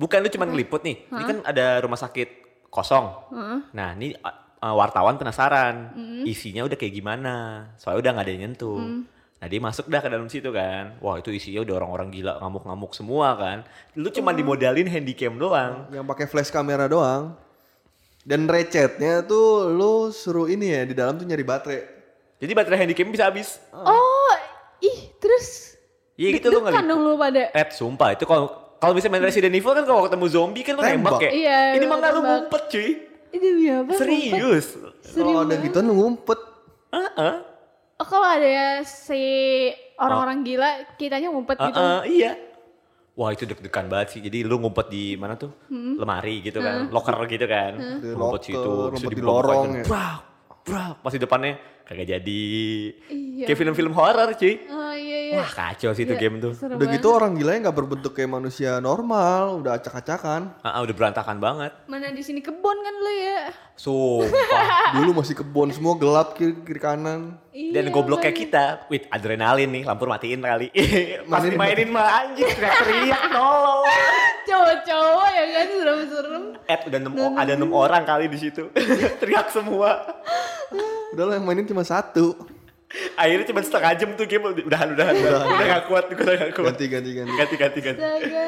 Speaker 4: Bukan lu cuma ngeliput nih. Ini kan ada rumah sakit kosong. Nah, ini uh, wartawan penasaran isinya udah kayak gimana. Soalnya udah nggak ada yang nyentuh. Nah, dia masuk dah ke dalam situ kan. Wah, itu isinya udah orang-orang gila ngamuk-ngamuk semua kan. Lu
Speaker 3: Oh.
Speaker 4: cuma dimodalin handycam doang.
Speaker 2: Yang pakai flash kamera doang. Dan recetnya tuh lu suruh ini ya, di dalam tuh nyari baterai.
Speaker 4: Jadi baterai handycam bisa habis.
Speaker 3: Oh, ih, terus
Speaker 4: Iya gitu lu
Speaker 3: deg-degan
Speaker 4: nggak.
Speaker 3: dong lu pada.
Speaker 4: Eh, sumpah itu kalau kalau bisa main Resident Evil kan kalau ketemu zombie kan lu nembak,
Speaker 2: Tembak.
Speaker 4: ya.
Speaker 3: Iya,
Speaker 4: ini mah nggak lu
Speaker 3: tembak.
Speaker 4: ngumpet cuy.
Speaker 3: Ini demi apa? ngumpet?
Speaker 4: Serius. Oh,
Speaker 3: Serius.
Speaker 2: Kalau ada gitu ngumpet.
Speaker 4: Heeh. Ah.
Speaker 3: Oh, kalau ada si orang-orang gila, kitanya ngumpet gitu.
Speaker 4: Heeh, iya. Wah itu deg-degan banget sih. Jadi lu ngumpet di mana tuh? Lemari gitu kan, locker gitu kan.
Speaker 2: Di
Speaker 4: Ngumpet
Speaker 2: locker,
Speaker 4: situ, terus
Speaker 2: ngumpet di
Speaker 4: dibuka-buka
Speaker 2: lorong
Speaker 4: gitu.
Speaker 2: ya.
Speaker 4: Brak, brak. Pas di depannya kagak jadi.
Speaker 3: Iya.
Speaker 4: Kayak film-film horor cuy.
Speaker 3: Oh iya iya.
Speaker 4: Wah kacau sih itu game tuh.
Speaker 3: Serem
Speaker 2: Udah gitu orang gilanya nggak berbentuk kayak manusia normal, udah acak-acakan.
Speaker 4: Ah, ah, udah berantakan banget.
Speaker 3: Mana di sini kebon kan lo ya?
Speaker 4: Sumpah.
Speaker 2: Dulu masih kebon semua gelap kiri, kiri kanan.
Speaker 3: Iya,
Speaker 4: Dan goblok kayak kita, with adrenalin nih, lampu matiin kali. Pas
Speaker 2: Matiin.
Speaker 4: dimainin mah anjing teriak-teriak nolong.
Speaker 3: Cowok-cowok ya kan serem-serem.
Speaker 4: Eh udah enam o- ada enam orang kali di situ. teriak semua.
Speaker 2: Udah lah yang mainin cuma satu.
Speaker 4: Akhirnya cuma setengah jam tuh game udah udah udah udah gak kuat udah gak kuat.
Speaker 2: Ganti ganti ganti.
Speaker 4: Ganti ganti ganti.
Speaker 3: Astaga.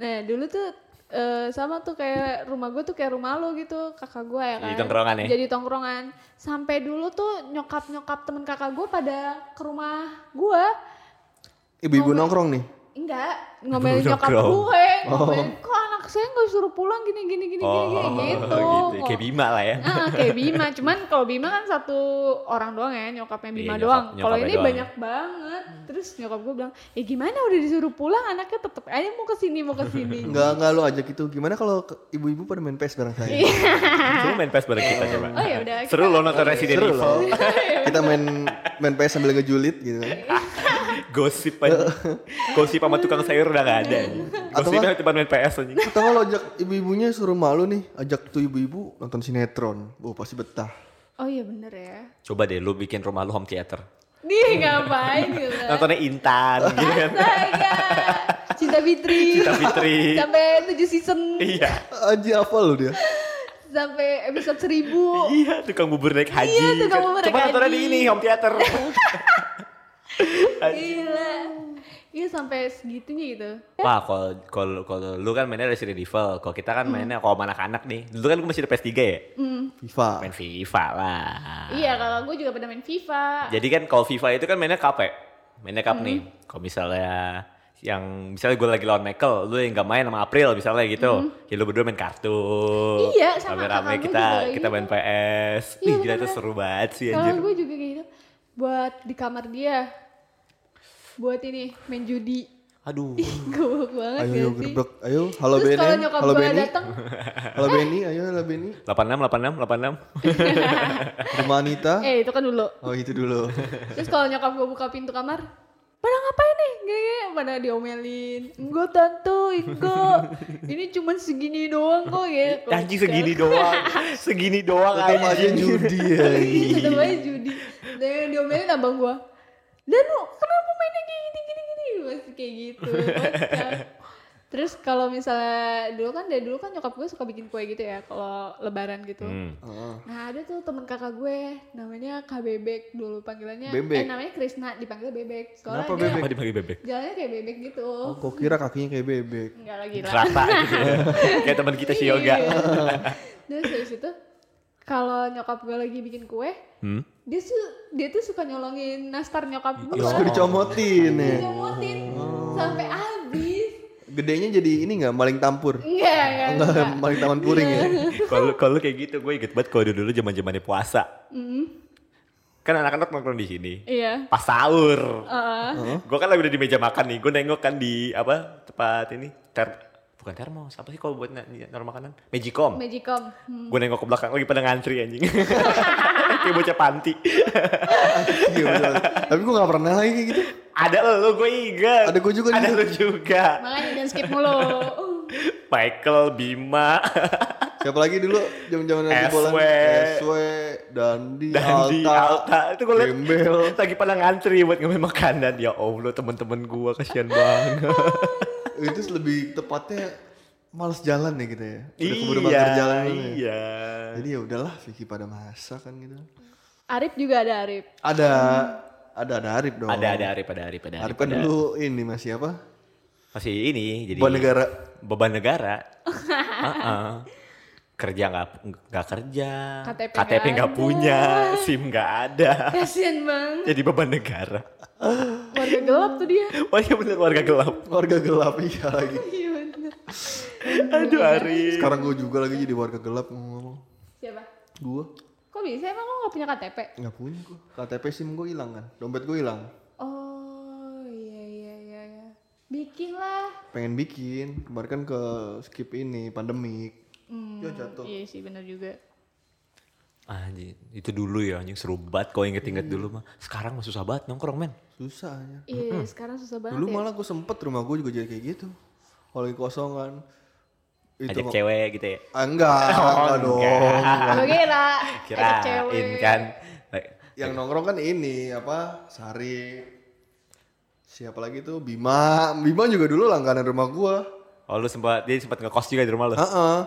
Speaker 3: Nah dulu tuh eh, sama tuh kayak rumah gue tuh kayak rumah lo gitu kakak gue ya kan
Speaker 4: Jadi tongkrongan ya?
Speaker 3: jadi tongkrongan sampai dulu tuh nyokap nyokap temen kakak gue pada ke rumah gue
Speaker 2: Ibu-ibu nongkrong nih.
Speaker 3: enggak ngomelin
Speaker 4: Dulu
Speaker 3: nyokap
Speaker 4: nongkrong.
Speaker 3: gue
Speaker 4: Oh.
Speaker 3: ngomelin kok anak saya nggak suruh pulang gini gini gini gini gitu,
Speaker 4: Kayak Bima lah ya.
Speaker 3: Ah, kayak Bima, cuman kalau Bima kan satu orang doang ya, nyokapnya Bima
Speaker 4: Iya, nyokap-
Speaker 3: doang. Kalau
Speaker 4: nyokapnya
Speaker 3: ini
Speaker 4: doang.
Speaker 3: banyak banget. Terus nyokap gue bilang, "Ya gimana udah disuruh pulang anaknya tetep aja mau ke sini, mau ke sini."
Speaker 2: Enggak enggak lo ajak itu. Gimana kalau ke- ibu-ibu pada main PS bareng saya?
Speaker 3: Iya.
Speaker 4: Seru main PES bareng kita coba.
Speaker 3: Oh, ya udah, kita-
Speaker 4: Seru lo nonton Resident
Speaker 2: Seru
Speaker 4: Evil.
Speaker 2: loh. Kita main main PS sambil ngejulit gitu kan.
Speaker 4: Gosip aja. Gosip sama tukang sayur udah gak ada.
Speaker 2: Atau
Speaker 4: Gosipnya cuma main PS aja.
Speaker 2: Atau kalau ajak ibu-ibunya suruh malu nih, ajak tuh ibu-ibu nonton sinetron. Oh pasti betah.
Speaker 3: Oh iya bener ya.
Speaker 4: Coba deh lu bikin rumah lu home theater.
Speaker 3: Dia ngapain gitu.
Speaker 4: Nontonnya Intan gitu kan.
Speaker 3: Astaga. Cinta Fitri.
Speaker 4: Cinta Fitri.
Speaker 3: Sampai 7 season,
Speaker 4: Iya.
Speaker 2: Aji apa lo dia?
Speaker 3: sampai episode 1000.
Speaker 4: Iya, tukang bubur naik haji. kan.
Speaker 3: Iya, tukang bubur naik
Speaker 4: Cuma nontonnya
Speaker 3: haji.
Speaker 4: di ini home theater.
Speaker 3: Gila. Iya sampai segitunya gitu.
Speaker 4: Wah, kalau kalau kalau lu kan mainnya Resident Evil, kalau kita kan
Speaker 3: Hmm.
Speaker 4: mainnya kalau sama anak-anak nih. Dulu kan gue masih di PS3 ya.
Speaker 2: FIFA.
Speaker 4: Main FIFA lah.
Speaker 3: Iya, kalau gue juga pernah main FIFA.
Speaker 4: Jadi kan kalau FIFA itu kan mainnya cup ya. Mainnya cup nih.
Speaker 3: Hmm.
Speaker 4: Kalau misalnya yang misalnya gue lagi lawan Michael, lu yang gak main sama April misalnya gitu, ya lu berdua main kartu.
Speaker 3: Hmm. Iya, sama kakak
Speaker 4: Rame-rame
Speaker 3: gua
Speaker 4: kita
Speaker 3: juga kayak
Speaker 4: kita main
Speaker 3: gitu.
Speaker 4: PS.
Speaker 3: Iya,
Speaker 4: Ih, gila itu
Speaker 3: bener.
Speaker 4: seru banget sih
Speaker 3: Kalau
Speaker 4: anjir.
Speaker 3: gue juga kayak gitu. Buat di kamar dia. Buat ini, main judi.
Speaker 4: Aduh.
Speaker 3: Ih, goblok banget
Speaker 2: Ayo
Speaker 3: gak
Speaker 2: ayo
Speaker 3: sih?
Speaker 2: gerbek. Ayo halo
Speaker 3: Terus
Speaker 2: Benny.
Speaker 3: kalau nyokap
Speaker 2: Halo
Speaker 3: gue
Speaker 2: Benny.
Speaker 3: datang,
Speaker 2: Halo Benny, ayo halo Benny.
Speaker 4: 86 86 86.
Speaker 2: Rumah Anita.
Speaker 3: eh itu kan dulu.
Speaker 2: Oh itu dulu.
Speaker 3: Terus kalau nyokap gue buka pintu kamar, pada ngapain nih? Gini, pada diomelin. Enggak tante, enggak. Ini cuman segini doang kok ya.
Speaker 4: Eh, Anjing segini doang. segini doang
Speaker 2: Tetap aja
Speaker 4: anjing.
Speaker 2: judi ya.
Speaker 3: Tetep aja judi. Dan yang diomelin abang gue. Dan lu kenapa mainnya kayak gini gini gini? Masih kayak gitu. kocak. Terus kalau misalnya dulu kan dari dulu kan nyokap gue suka bikin kue gitu ya kalau lebaran gitu.
Speaker 4: Hmm.
Speaker 2: Ah,
Speaker 3: Nah ada tuh temen kakak gue namanya Kak Bebek dulu panggilannya.
Speaker 2: Bebek?
Speaker 3: Eh namanya Krisna dipanggil Bebek. Soalnya
Speaker 2: Kenapa
Speaker 3: dia
Speaker 2: bebek?
Speaker 4: Apa dipanggil bebek?
Speaker 3: Jalannya kayak bebek gitu.
Speaker 4: Oh,
Speaker 2: Kok Oh. kira kakinya kayak bebek?
Speaker 3: Enggak lagi lah.
Speaker 4: Rata gitu. ya. Kayak teman kita si Yoga.
Speaker 3: Iya. Terus habis itu kalau nyokap gue lagi bikin kue,
Speaker 4: Hmm?
Speaker 3: dia tuh dia tuh suka nyolongin nastar nyokap gue.
Speaker 2: Terus dicomotin
Speaker 4: Iya.
Speaker 2: ya.
Speaker 3: Dicomotin sampai habis.
Speaker 2: Gedenya jadi ini nggak maling tampur?
Speaker 3: Enggak, enggak. enggak.
Speaker 2: Enggak, maling taman puring ya.
Speaker 4: Kalau kalau kayak gitu gue inget banget kalau dulu zaman zamannya puasa. Kan anak-anak nongkrong di sini.
Speaker 3: Iya. Uh-uh.
Speaker 4: Pas sahur.
Speaker 3: Heeh.
Speaker 4: Gue kan lagi udah di meja makan nih. Gue nengok kan di apa tempat ini ter bukan termos apa sih kalau buat na- naruh makanan magicom
Speaker 3: Magicom. Hmm.
Speaker 4: gue nengok ke belakang lagi pada ngantri anjing kayak bocah panti
Speaker 2: Iya, betul. Tapi gue nggak pernah lagi kayak gitu.
Speaker 4: ada lo gue inget
Speaker 2: Ada gua juga
Speaker 4: ada
Speaker 2: nih.
Speaker 4: lo juga
Speaker 3: Makanya jangan skip mulu.
Speaker 4: Michael Bima
Speaker 2: Siapa lagi dulu zaman-zaman lagi bola?
Speaker 4: SW.
Speaker 2: SW, Dandi,
Speaker 4: Dandi
Speaker 2: Alta,
Speaker 4: Alta itu gue liat
Speaker 2: Gembel.
Speaker 4: lagi pada ngantri buat ngambil makanan ya allah teman-teman gue kasihan banget
Speaker 2: Itu lebih tepatnya males jalan ya kita ya. Udah keburu
Speaker 4: iya
Speaker 2: mager jalan. ya.
Speaker 4: iya
Speaker 2: Jadi ya udahlah, Vicky pada masa kan gitu.
Speaker 3: Arif juga ada Arif.
Speaker 2: Ada ada ada Arif dong.
Speaker 4: ada ada Arif ada Arif ada
Speaker 2: Arif kan
Speaker 4: ada.
Speaker 2: dulu ini masih apa?
Speaker 4: masih ini jadi
Speaker 2: Buat negara.
Speaker 4: beban negara Heeh. kerja nggak nggak kerja
Speaker 3: KTP nggak ada.
Speaker 4: nggak punya sim nggak ada
Speaker 3: Kasian banget.
Speaker 4: jadi beban negara
Speaker 3: Warga gelap tuh dia.
Speaker 4: wah iya bener warga gelap
Speaker 2: Warga gelap iya lagi.
Speaker 3: Iya bener.
Speaker 4: aduh Arif
Speaker 2: Sekarang gue juga lagi jadi warga gelap ngomong.
Speaker 3: Siapa?
Speaker 2: Gue
Speaker 3: Kok bisa emang lo gak punya KTP?
Speaker 2: nggak punya gue. KTP SIM gue hilang kan. Dompet gue hilang.
Speaker 3: Oh iya iya iya. iya. Bikin lah.
Speaker 2: pengen bikin kemarin kan ke skip ini pandemik
Speaker 3: Hmm,
Speaker 2: Yo, jatuh.
Speaker 3: Iya sih bener juga.
Speaker 4: Anjing, itu dulu ya anjing seru banget kok inget-inget dulu mah. Sekarang mah susah banget nongkrong men.
Speaker 2: susah ya
Speaker 3: Iya sekarang susah banget
Speaker 2: dulu
Speaker 3: ya.
Speaker 2: malah gue sempet rumah gue juga jadi kayak gitu kalau lagi kosong kan
Speaker 4: Ajak
Speaker 2: kok-
Speaker 4: cewek gitu ya.
Speaker 2: Ah, enggak enggak dong
Speaker 3: Gue kira. ada
Speaker 4: Kirain kan. Baik.
Speaker 2: yang nongkrong kan ini apa Sari siapa lagi tuh Bima Bima juga dulu langganan rumah gua
Speaker 4: Oh lu sempat dia sempat ngekos juga di rumah lu.
Speaker 2: Heeh.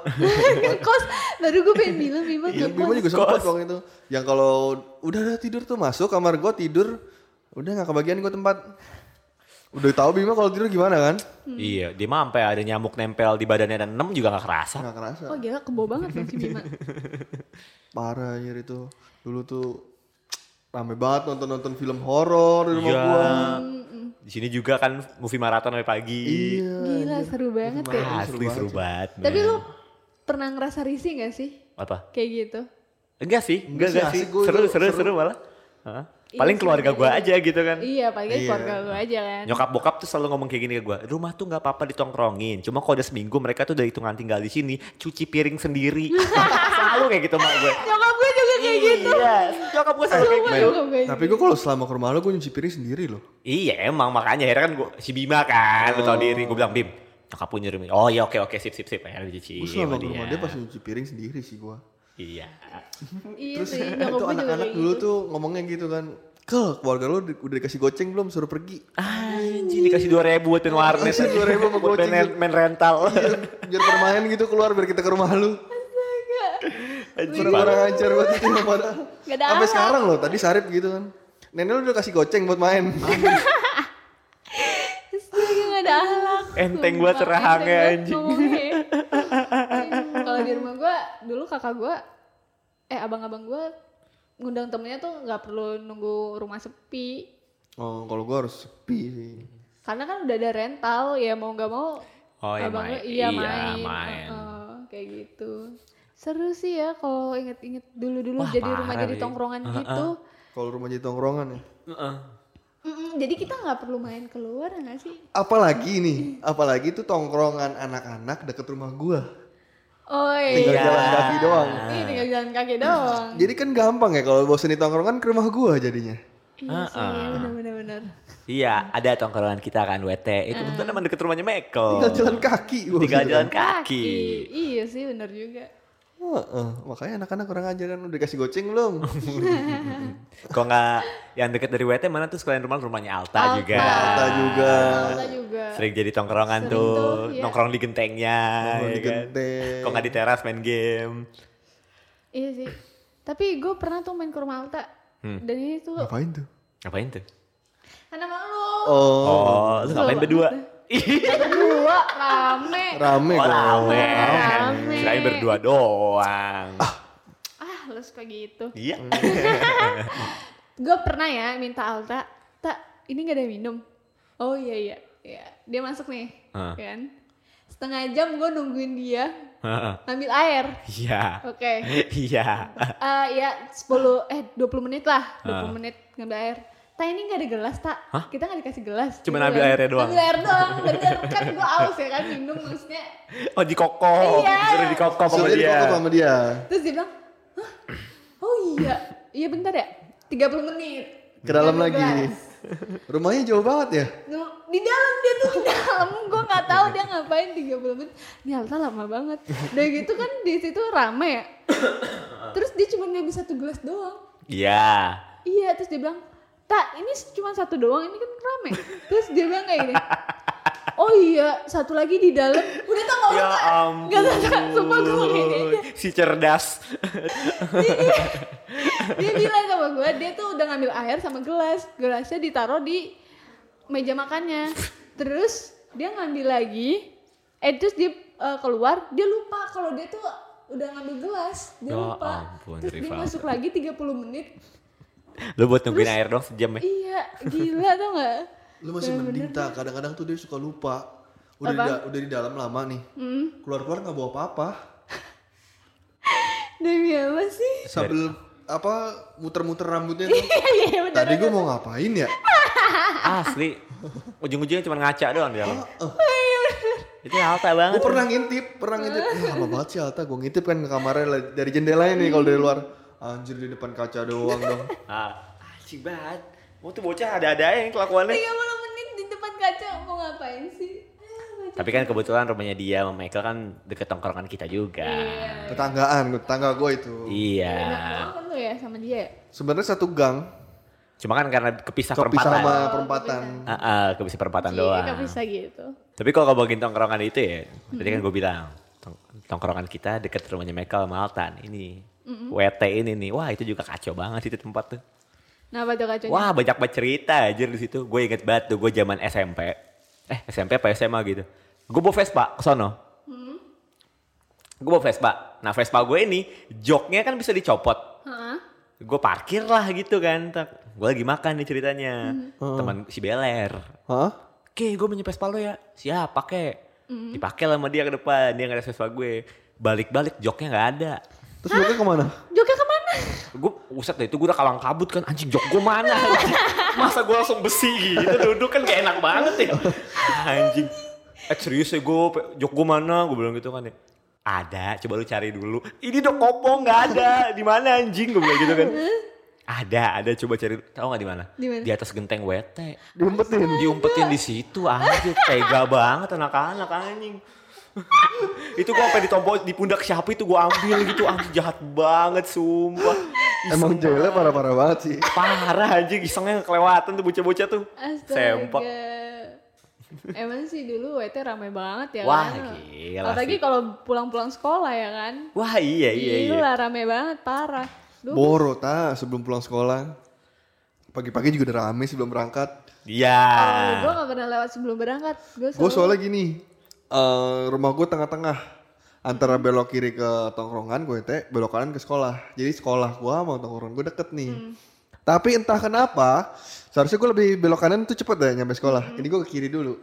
Speaker 3: Ngekos. Kan Baru gue pengen bilang Bima kan
Speaker 2: Iya,
Speaker 3: ngekos.
Speaker 2: Bima juga sempet waktu itu yang kalau udah udah tidur tuh masuk kamar gua tidur udah nggak kebagian gua tempat udah tahu Bima kalau tidur gimana kan
Speaker 4: Iya, dia mah sampai ada nyamuk nempel di badannya dan enam juga nggak kerasa.
Speaker 2: nggak kerasa
Speaker 3: Oh gila kebo banget kan si Bima.
Speaker 2: parah anjir itu dulu tuh rame banget nonton nonton film horor di
Speaker 3: Iya.
Speaker 2: rumah gua
Speaker 4: Iya. Di sini juga kan movie maraton sampai pagi.
Speaker 2: iya
Speaker 3: Gila seru banget ya.
Speaker 4: Wah, asli Iya, seru banget. men.
Speaker 3: Tapi lu pernah ngerasa risih gak sih?
Speaker 4: apa?
Speaker 3: Kayak gitu.
Speaker 4: Enggak sih, enggak
Speaker 2: sih,
Speaker 4: enggak sih.
Speaker 2: asik gua
Speaker 4: Seru,
Speaker 2: itu,
Speaker 4: seru, seru, malah. Hah? Paling keluarga gua aja gitu kan.
Speaker 3: Iya paling kan keluarga lu aja kan.
Speaker 4: Nyokap bokap tuh selalu ngomong kayak gini ke gue, rumah tuh nggak apa-apa ditongkrongin, cuma kalau udah seminggu mereka tuh udah hitungan tinggal di sini, cuci piring sendiri. selalu kayak gitu mak gue.
Speaker 3: Nyokap gue juga kayak gitu.
Speaker 4: Iya, nyokap gue selalu kayak gitu.
Speaker 2: Men,
Speaker 3: Nyokap gue
Speaker 2: tapi gua kalau selama ke rumah lo gua nyuci piring sendiri loh
Speaker 4: Iya emang makanya akhirnya kan gua, si Bima kan, lu tau diri, gue bilang Bim, nyokap lu nyuruh, oh iya oke oke sip sip sip, akhirnya dicuci.
Speaker 2: Gue selama ke
Speaker 4: sama
Speaker 2: rumah dia pas nyuci piring sendiri sih gue.
Speaker 4: Iya.
Speaker 3: Iya
Speaker 2: Terus
Speaker 3: sih, nyokap
Speaker 2: itu
Speaker 3: gue juga
Speaker 2: anak-anak
Speaker 3: kayak
Speaker 2: dulu
Speaker 3: gitu.
Speaker 2: tuh ngomongnya gitu kan. Kel, keluarga lu di- udah dikasih goceng belum suruh pergi?
Speaker 4: Anjing dikasih 2000 buat main warnet.
Speaker 2: Kasih 2.000 sama
Speaker 4: buat
Speaker 2: goceng.
Speaker 4: main, main rental.
Speaker 2: Biar, biar permain gitu keluar biar kita ke rumah lu.
Speaker 4: Anjing
Speaker 2: Orang-orang
Speaker 4: banget.
Speaker 2: ajar banget itu yang pada.
Speaker 3: Gak ada
Speaker 2: Sampai
Speaker 3: akal.
Speaker 2: sekarang loh, tadi Sarip gitu kan. Nenek lu udah kasih goceng buat main.
Speaker 3: Astaga gak ada akhlak.
Speaker 4: Enteng
Speaker 3: Sumpah,
Speaker 4: banget cerahangnya,
Speaker 3: enteng banget
Speaker 4: anjing.
Speaker 3: ngomongnya. Iya, Kalau di rumah gue, dulu kakak gue, eh abang-abang gue ngundang temennya tuh nggak perlu nunggu rumah sepi.
Speaker 2: oh, kalau gue harus sepi sih.
Speaker 3: Karena kan udah ada rental, ya mau nggak mau
Speaker 4: Oh, ya
Speaker 3: abang
Speaker 4: main.
Speaker 3: gua- iya
Speaker 4: Iya,
Speaker 3: main.
Speaker 4: main.
Speaker 3: Heeh, kayak gitu. Seru sih ya kalau inget-inget dulu-dulu
Speaker 4: Wah,
Speaker 3: jadi rumah
Speaker 4: parah,
Speaker 3: jadi
Speaker 4: Wi.
Speaker 3: tongkrongan
Speaker 4: Heeh.
Speaker 3: gitu.
Speaker 2: Kalau rumah jadi tongkrongan ya.
Speaker 4: Heeh.
Speaker 3: Mm-mm, jadi kita nggak perlu main keluar nggak sih?
Speaker 2: Apalagi nih, apalagi tuh tongkrongan anak-anak deket rumah gua.
Speaker 3: Oh
Speaker 2: Tinggal
Speaker 3: iya.
Speaker 2: jalan kaki doang.
Speaker 3: Ini tinggal jalan kaki doang.
Speaker 2: Jadi kan gampang ya kalau bosen di tongkrongan ke rumah gua jadinya.
Speaker 3: Iya sih, benar-benar.
Speaker 4: Iya, ada tongkrongan kita kan WT. Itu
Speaker 3: Mm.
Speaker 4: kebetulan emang deket rumahnya Michael.
Speaker 2: Tinggal jalan kaki gua.
Speaker 4: Tinggal
Speaker 2: gitu kan.
Speaker 4: jalan kaki.
Speaker 3: Iya sih, benar juga.
Speaker 2: Heeh, makanya anak-anak kurang ajar kan udah kasih goceng belum?
Speaker 4: Kok nggak yang deket dari WT mana tuh sekalian rumah rumahnya Alta,
Speaker 3: Alta.
Speaker 4: juga.
Speaker 2: Kata juga
Speaker 3: Alta juga.
Speaker 4: Sering jadi tongkrongan
Speaker 3: Sering
Speaker 4: tuh,
Speaker 3: tuh, iya.
Speaker 4: nongkrong di gentengnya.
Speaker 2: Nongkrong di
Speaker 4: ya kan?
Speaker 2: genteng.
Speaker 4: Kok nggak di teras main game.
Speaker 3: Iya sih. Tapi gue pernah tuh main ke rumah Alta.
Speaker 4: Hmm.
Speaker 3: Dan ini tuh
Speaker 2: ngapain tuh?
Speaker 4: Ngapain tuh?
Speaker 3: karena malu.
Speaker 2: Oh,
Speaker 4: Oh, lu ngapain berdua? Ih,
Speaker 3: Berdua rame.
Speaker 2: rame
Speaker 4: Oh,
Speaker 2: kok.
Speaker 4: rame.
Speaker 3: Rame.
Speaker 4: Kirain berdua doang.
Speaker 3: Ah, lu suka gitu.
Speaker 4: Iya.
Speaker 3: Gue pernah ya minta Alta, "Tak, ini gak ada yang minum." Oh iya iya. Iya, dia masuk nih.
Speaker 4: Hah.
Speaker 3: Kan? Setengah jam gue nungguin dia
Speaker 4: Heeh.
Speaker 3: ngambil air.
Speaker 4: Iya.
Speaker 3: Oke.
Speaker 4: Iya.
Speaker 3: Eh ya 10 eh 20 menit lah,
Speaker 4: Ah.
Speaker 3: 20 menit ngambil air. Ta ini gak ada gelas, tak. Kita gak dikasih gelas.
Speaker 4: Cuman
Speaker 3: Gitu
Speaker 4: ambil
Speaker 3: kan.
Speaker 4: airnya doang.
Speaker 3: Ambil air doang, bener. Kan gua aus ya kan minum maksudnya.
Speaker 4: Oh, dikokok.
Speaker 3: Iya.
Speaker 4: Suruh dikokok sama
Speaker 2: Sudah
Speaker 4: dia.
Speaker 2: dipotong sama dia.
Speaker 3: Terus dia bilang, Hah? oh iya, iya bentar ya, 30 menit.
Speaker 2: Ke dalam
Speaker 3: Ngambil
Speaker 2: lagi.
Speaker 3: gelas.
Speaker 2: Rumahnya jauh banget ya?
Speaker 3: Lu, Di dalam dia tuh di dalam, gua gak tahu dia ngapain 30 menit. Ini Alta lama banget. Udah gitu kan di situ rame ya. Terus dia cuma ngambil satu gelas doang.
Speaker 4: Iya.
Speaker 3: Iya, terus dia bilang, tak ini cuma satu doang, ini kan rame. terus dia bilang kayak gini, oh iya, satu lagi di dalam. Udah tau gak
Speaker 4: Ya
Speaker 3: usah. Gak usah, sumpah gue gini.
Speaker 4: ampun. Si cerdas.
Speaker 3: Dia bilang sama gue, dia tuh udah ngambil air sama gelas. Gelasnya ditaruh di meja makannya. Terus dia ngambil lagi, eh terus dia eh, keluar, dia lupa kalau dia tuh udah ngambil gelas. Dia
Speaker 4: Ya
Speaker 3: lupa.
Speaker 4: ampun,
Speaker 3: terus dia
Speaker 4: Rifa.
Speaker 3: masuk lagi 30 menit.
Speaker 4: Lu buat nungguin air doang sejam ya?
Speaker 3: Iya, gila tau gak?
Speaker 2: Lu masih mending tak. Kadang-kadang tuh dia suka lupa. Udah di, da- udah di dalam lama nih.
Speaker 3: Hmm.
Speaker 2: Keluar-keluar nggak bawa apa-apa.
Speaker 3: Demi apa sih?
Speaker 4: Iya.
Speaker 2: Sambil apa muter-muter rambutnya tuh.
Speaker 3: Iya, iya, bener.
Speaker 4: Ah,
Speaker 2: Tadi gua mau ngapain ya?
Speaker 4: Asli. Ujung-ujungnya cuma ngaca doang dia. Itu alta banget.
Speaker 2: Gue Eh, pernah ngintip, pernah ngintip. Wah, lama banget sih Alta. Gue ngintip kan ke kamarnya lah, dari jendelanya nih kalau dari luar. Anjir di depan kaca doang dong.
Speaker 4: Ah, anjing banget. Mau tuh bocah ada-ada aja yang kelakuannya.
Speaker 3: 30 menit di depan kaca mau ngapain sih? Eh,
Speaker 4: Tapi kan kebetulan rumahnya dia sama Michael kan deket tongkrongan kita juga.
Speaker 2: Tetanggaan, gua- tetangga gue itu.
Speaker 4: Iya.
Speaker 3: Kan lu ya sama dia ya?
Speaker 2: Sebenarnya satu gang,
Speaker 4: Cuma kan karena
Speaker 2: kepisah
Speaker 4: kepisah perempatan.
Speaker 2: sama perempatan.
Speaker 4: Ah, ah, kepisah perempatan doang.
Speaker 3: Gak bisa gitu.
Speaker 4: Tapi kalau ngomongin tongkrongan itu ya, tadi kan gue bilang tong- tongkrongan kita deket rumahnya Michael sama Altan ini. WT ini nih, wah itu juga kacau banget itu tempat tuh.
Speaker 3: Nah, apa tuh kacanya?
Speaker 4: Wah banyak banget cerita anjir di situ. Gue inget banget tuh gue zaman SMP. Eh SMP apa SMA gitu. Gue bawa Vespa ke sono. Gue bawa Vespa. Nah Vespa gue ini joknya kan bisa dicopot.
Speaker 3: Hah?
Speaker 4: Gue parkir lah gitu kan. Gue lagi makan nih ceritanya. Teman si Beler.
Speaker 2: Hah?
Speaker 4: Oke, gue punya Vespa lo ya. Siap, pakai. Dipakai lah sama dia ke depan. Dia ngeres Vespa gue. Balik-balik joknya nggak ada.
Speaker 2: Terus mereka kemana?
Speaker 3: Joknya kemana?
Speaker 4: Gue uset deh itu gue udah kalang kabut kan. Anjing jok gue mana? Masa gue langsung besi gitu. Duduk kan gak enak banget ya. Anjing. Eh serius ya gue, jok gue mana? Gue bilang gitu kan ya. Ada, coba lu cari dulu. Ini dok kopong nggak ada. Di mana anjing? Gue bilang gitu kan. Ada, ada coba cari. Tahu nggak di mana?
Speaker 3: Di mana?
Speaker 4: Di atas genteng WT
Speaker 2: Diumpetin.
Speaker 4: diumpetin di situ anjir tega banget anak-anak anjing itu gua sampai ditompok di pundak siapa itu gua ambil gitu anjing jahat banget sumpah Iseng
Speaker 2: Emang jailnya parah-parah banget sih.
Speaker 4: parah anjing isengnya kelewatan tuh bocah-bocah tuh
Speaker 3: Astaga.
Speaker 4: sempak
Speaker 3: Emang sih dulu WT rame banget ya
Speaker 4: Wah,
Speaker 3: kan?
Speaker 4: gila
Speaker 3: Apalagi
Speaker 4: sih.
Speaker 3: kalau pulang-pulang sekolah ya kan?
Speaker 4: wah iya iya iya
Speaker 3: Gila, rame banget, parah. Duh,
Speaker 2: Boro ta sebelum pulang sekolah. Pagi-pagi juga udah rame sebelum berangkat.
Speaker 4: iya
Speaker 3: gue gak pernah lewat sebelum berangkat. Gue
Speaker 2: Gue soalnya gini, eh, rumah gue tengah-tengah antara belok kiri ke tongkrongan gue teh, belok kanan ke sekolah. Jadi sekolah gue sama tongkrongan gue deket nih. Tapi entah kenapa, seharusnya gue lebih belok kanan tuh cepet deh nyampe sekolah. Ini gue ke kiri dulu,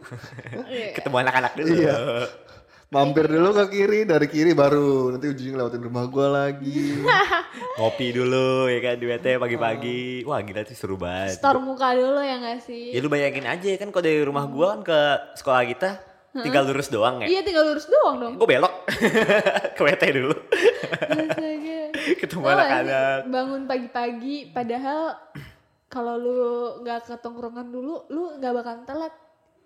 Speaker 3: Oh,
Speaker 4: ketemu anak-anak dulu
Speaker 2: Iya. mampir dulu ke kiri, dari kiri baru nanti ujungnya lewatin rumah gue lagi.
Speaker 4: ngopi dulu ya kan di WT pagi-pagi
Speaker 3: Oh.
Speaker 4: wah gila sih seru banget
Speaker 3: store muka dulu ya gak sih?
Speaker 4: ya lu bayangin aja kan kalau dari rumah gua kan ke sekolah kita tinggal lurus doang ya
Speaker 3: Iya tinggal lurus doang dong.
Speaker 4: gue belok ke WT dulu
Speaker 3: Astaga.
Speaker 4: ketemu
Speaker 3: Tau gak sih,
Speaker 4: anak-anak
Speaker 3: Oh, Bangun pagi-pagi padahal kalau lu nggak ke tongkrongan dulu, lu nggak bakal telat.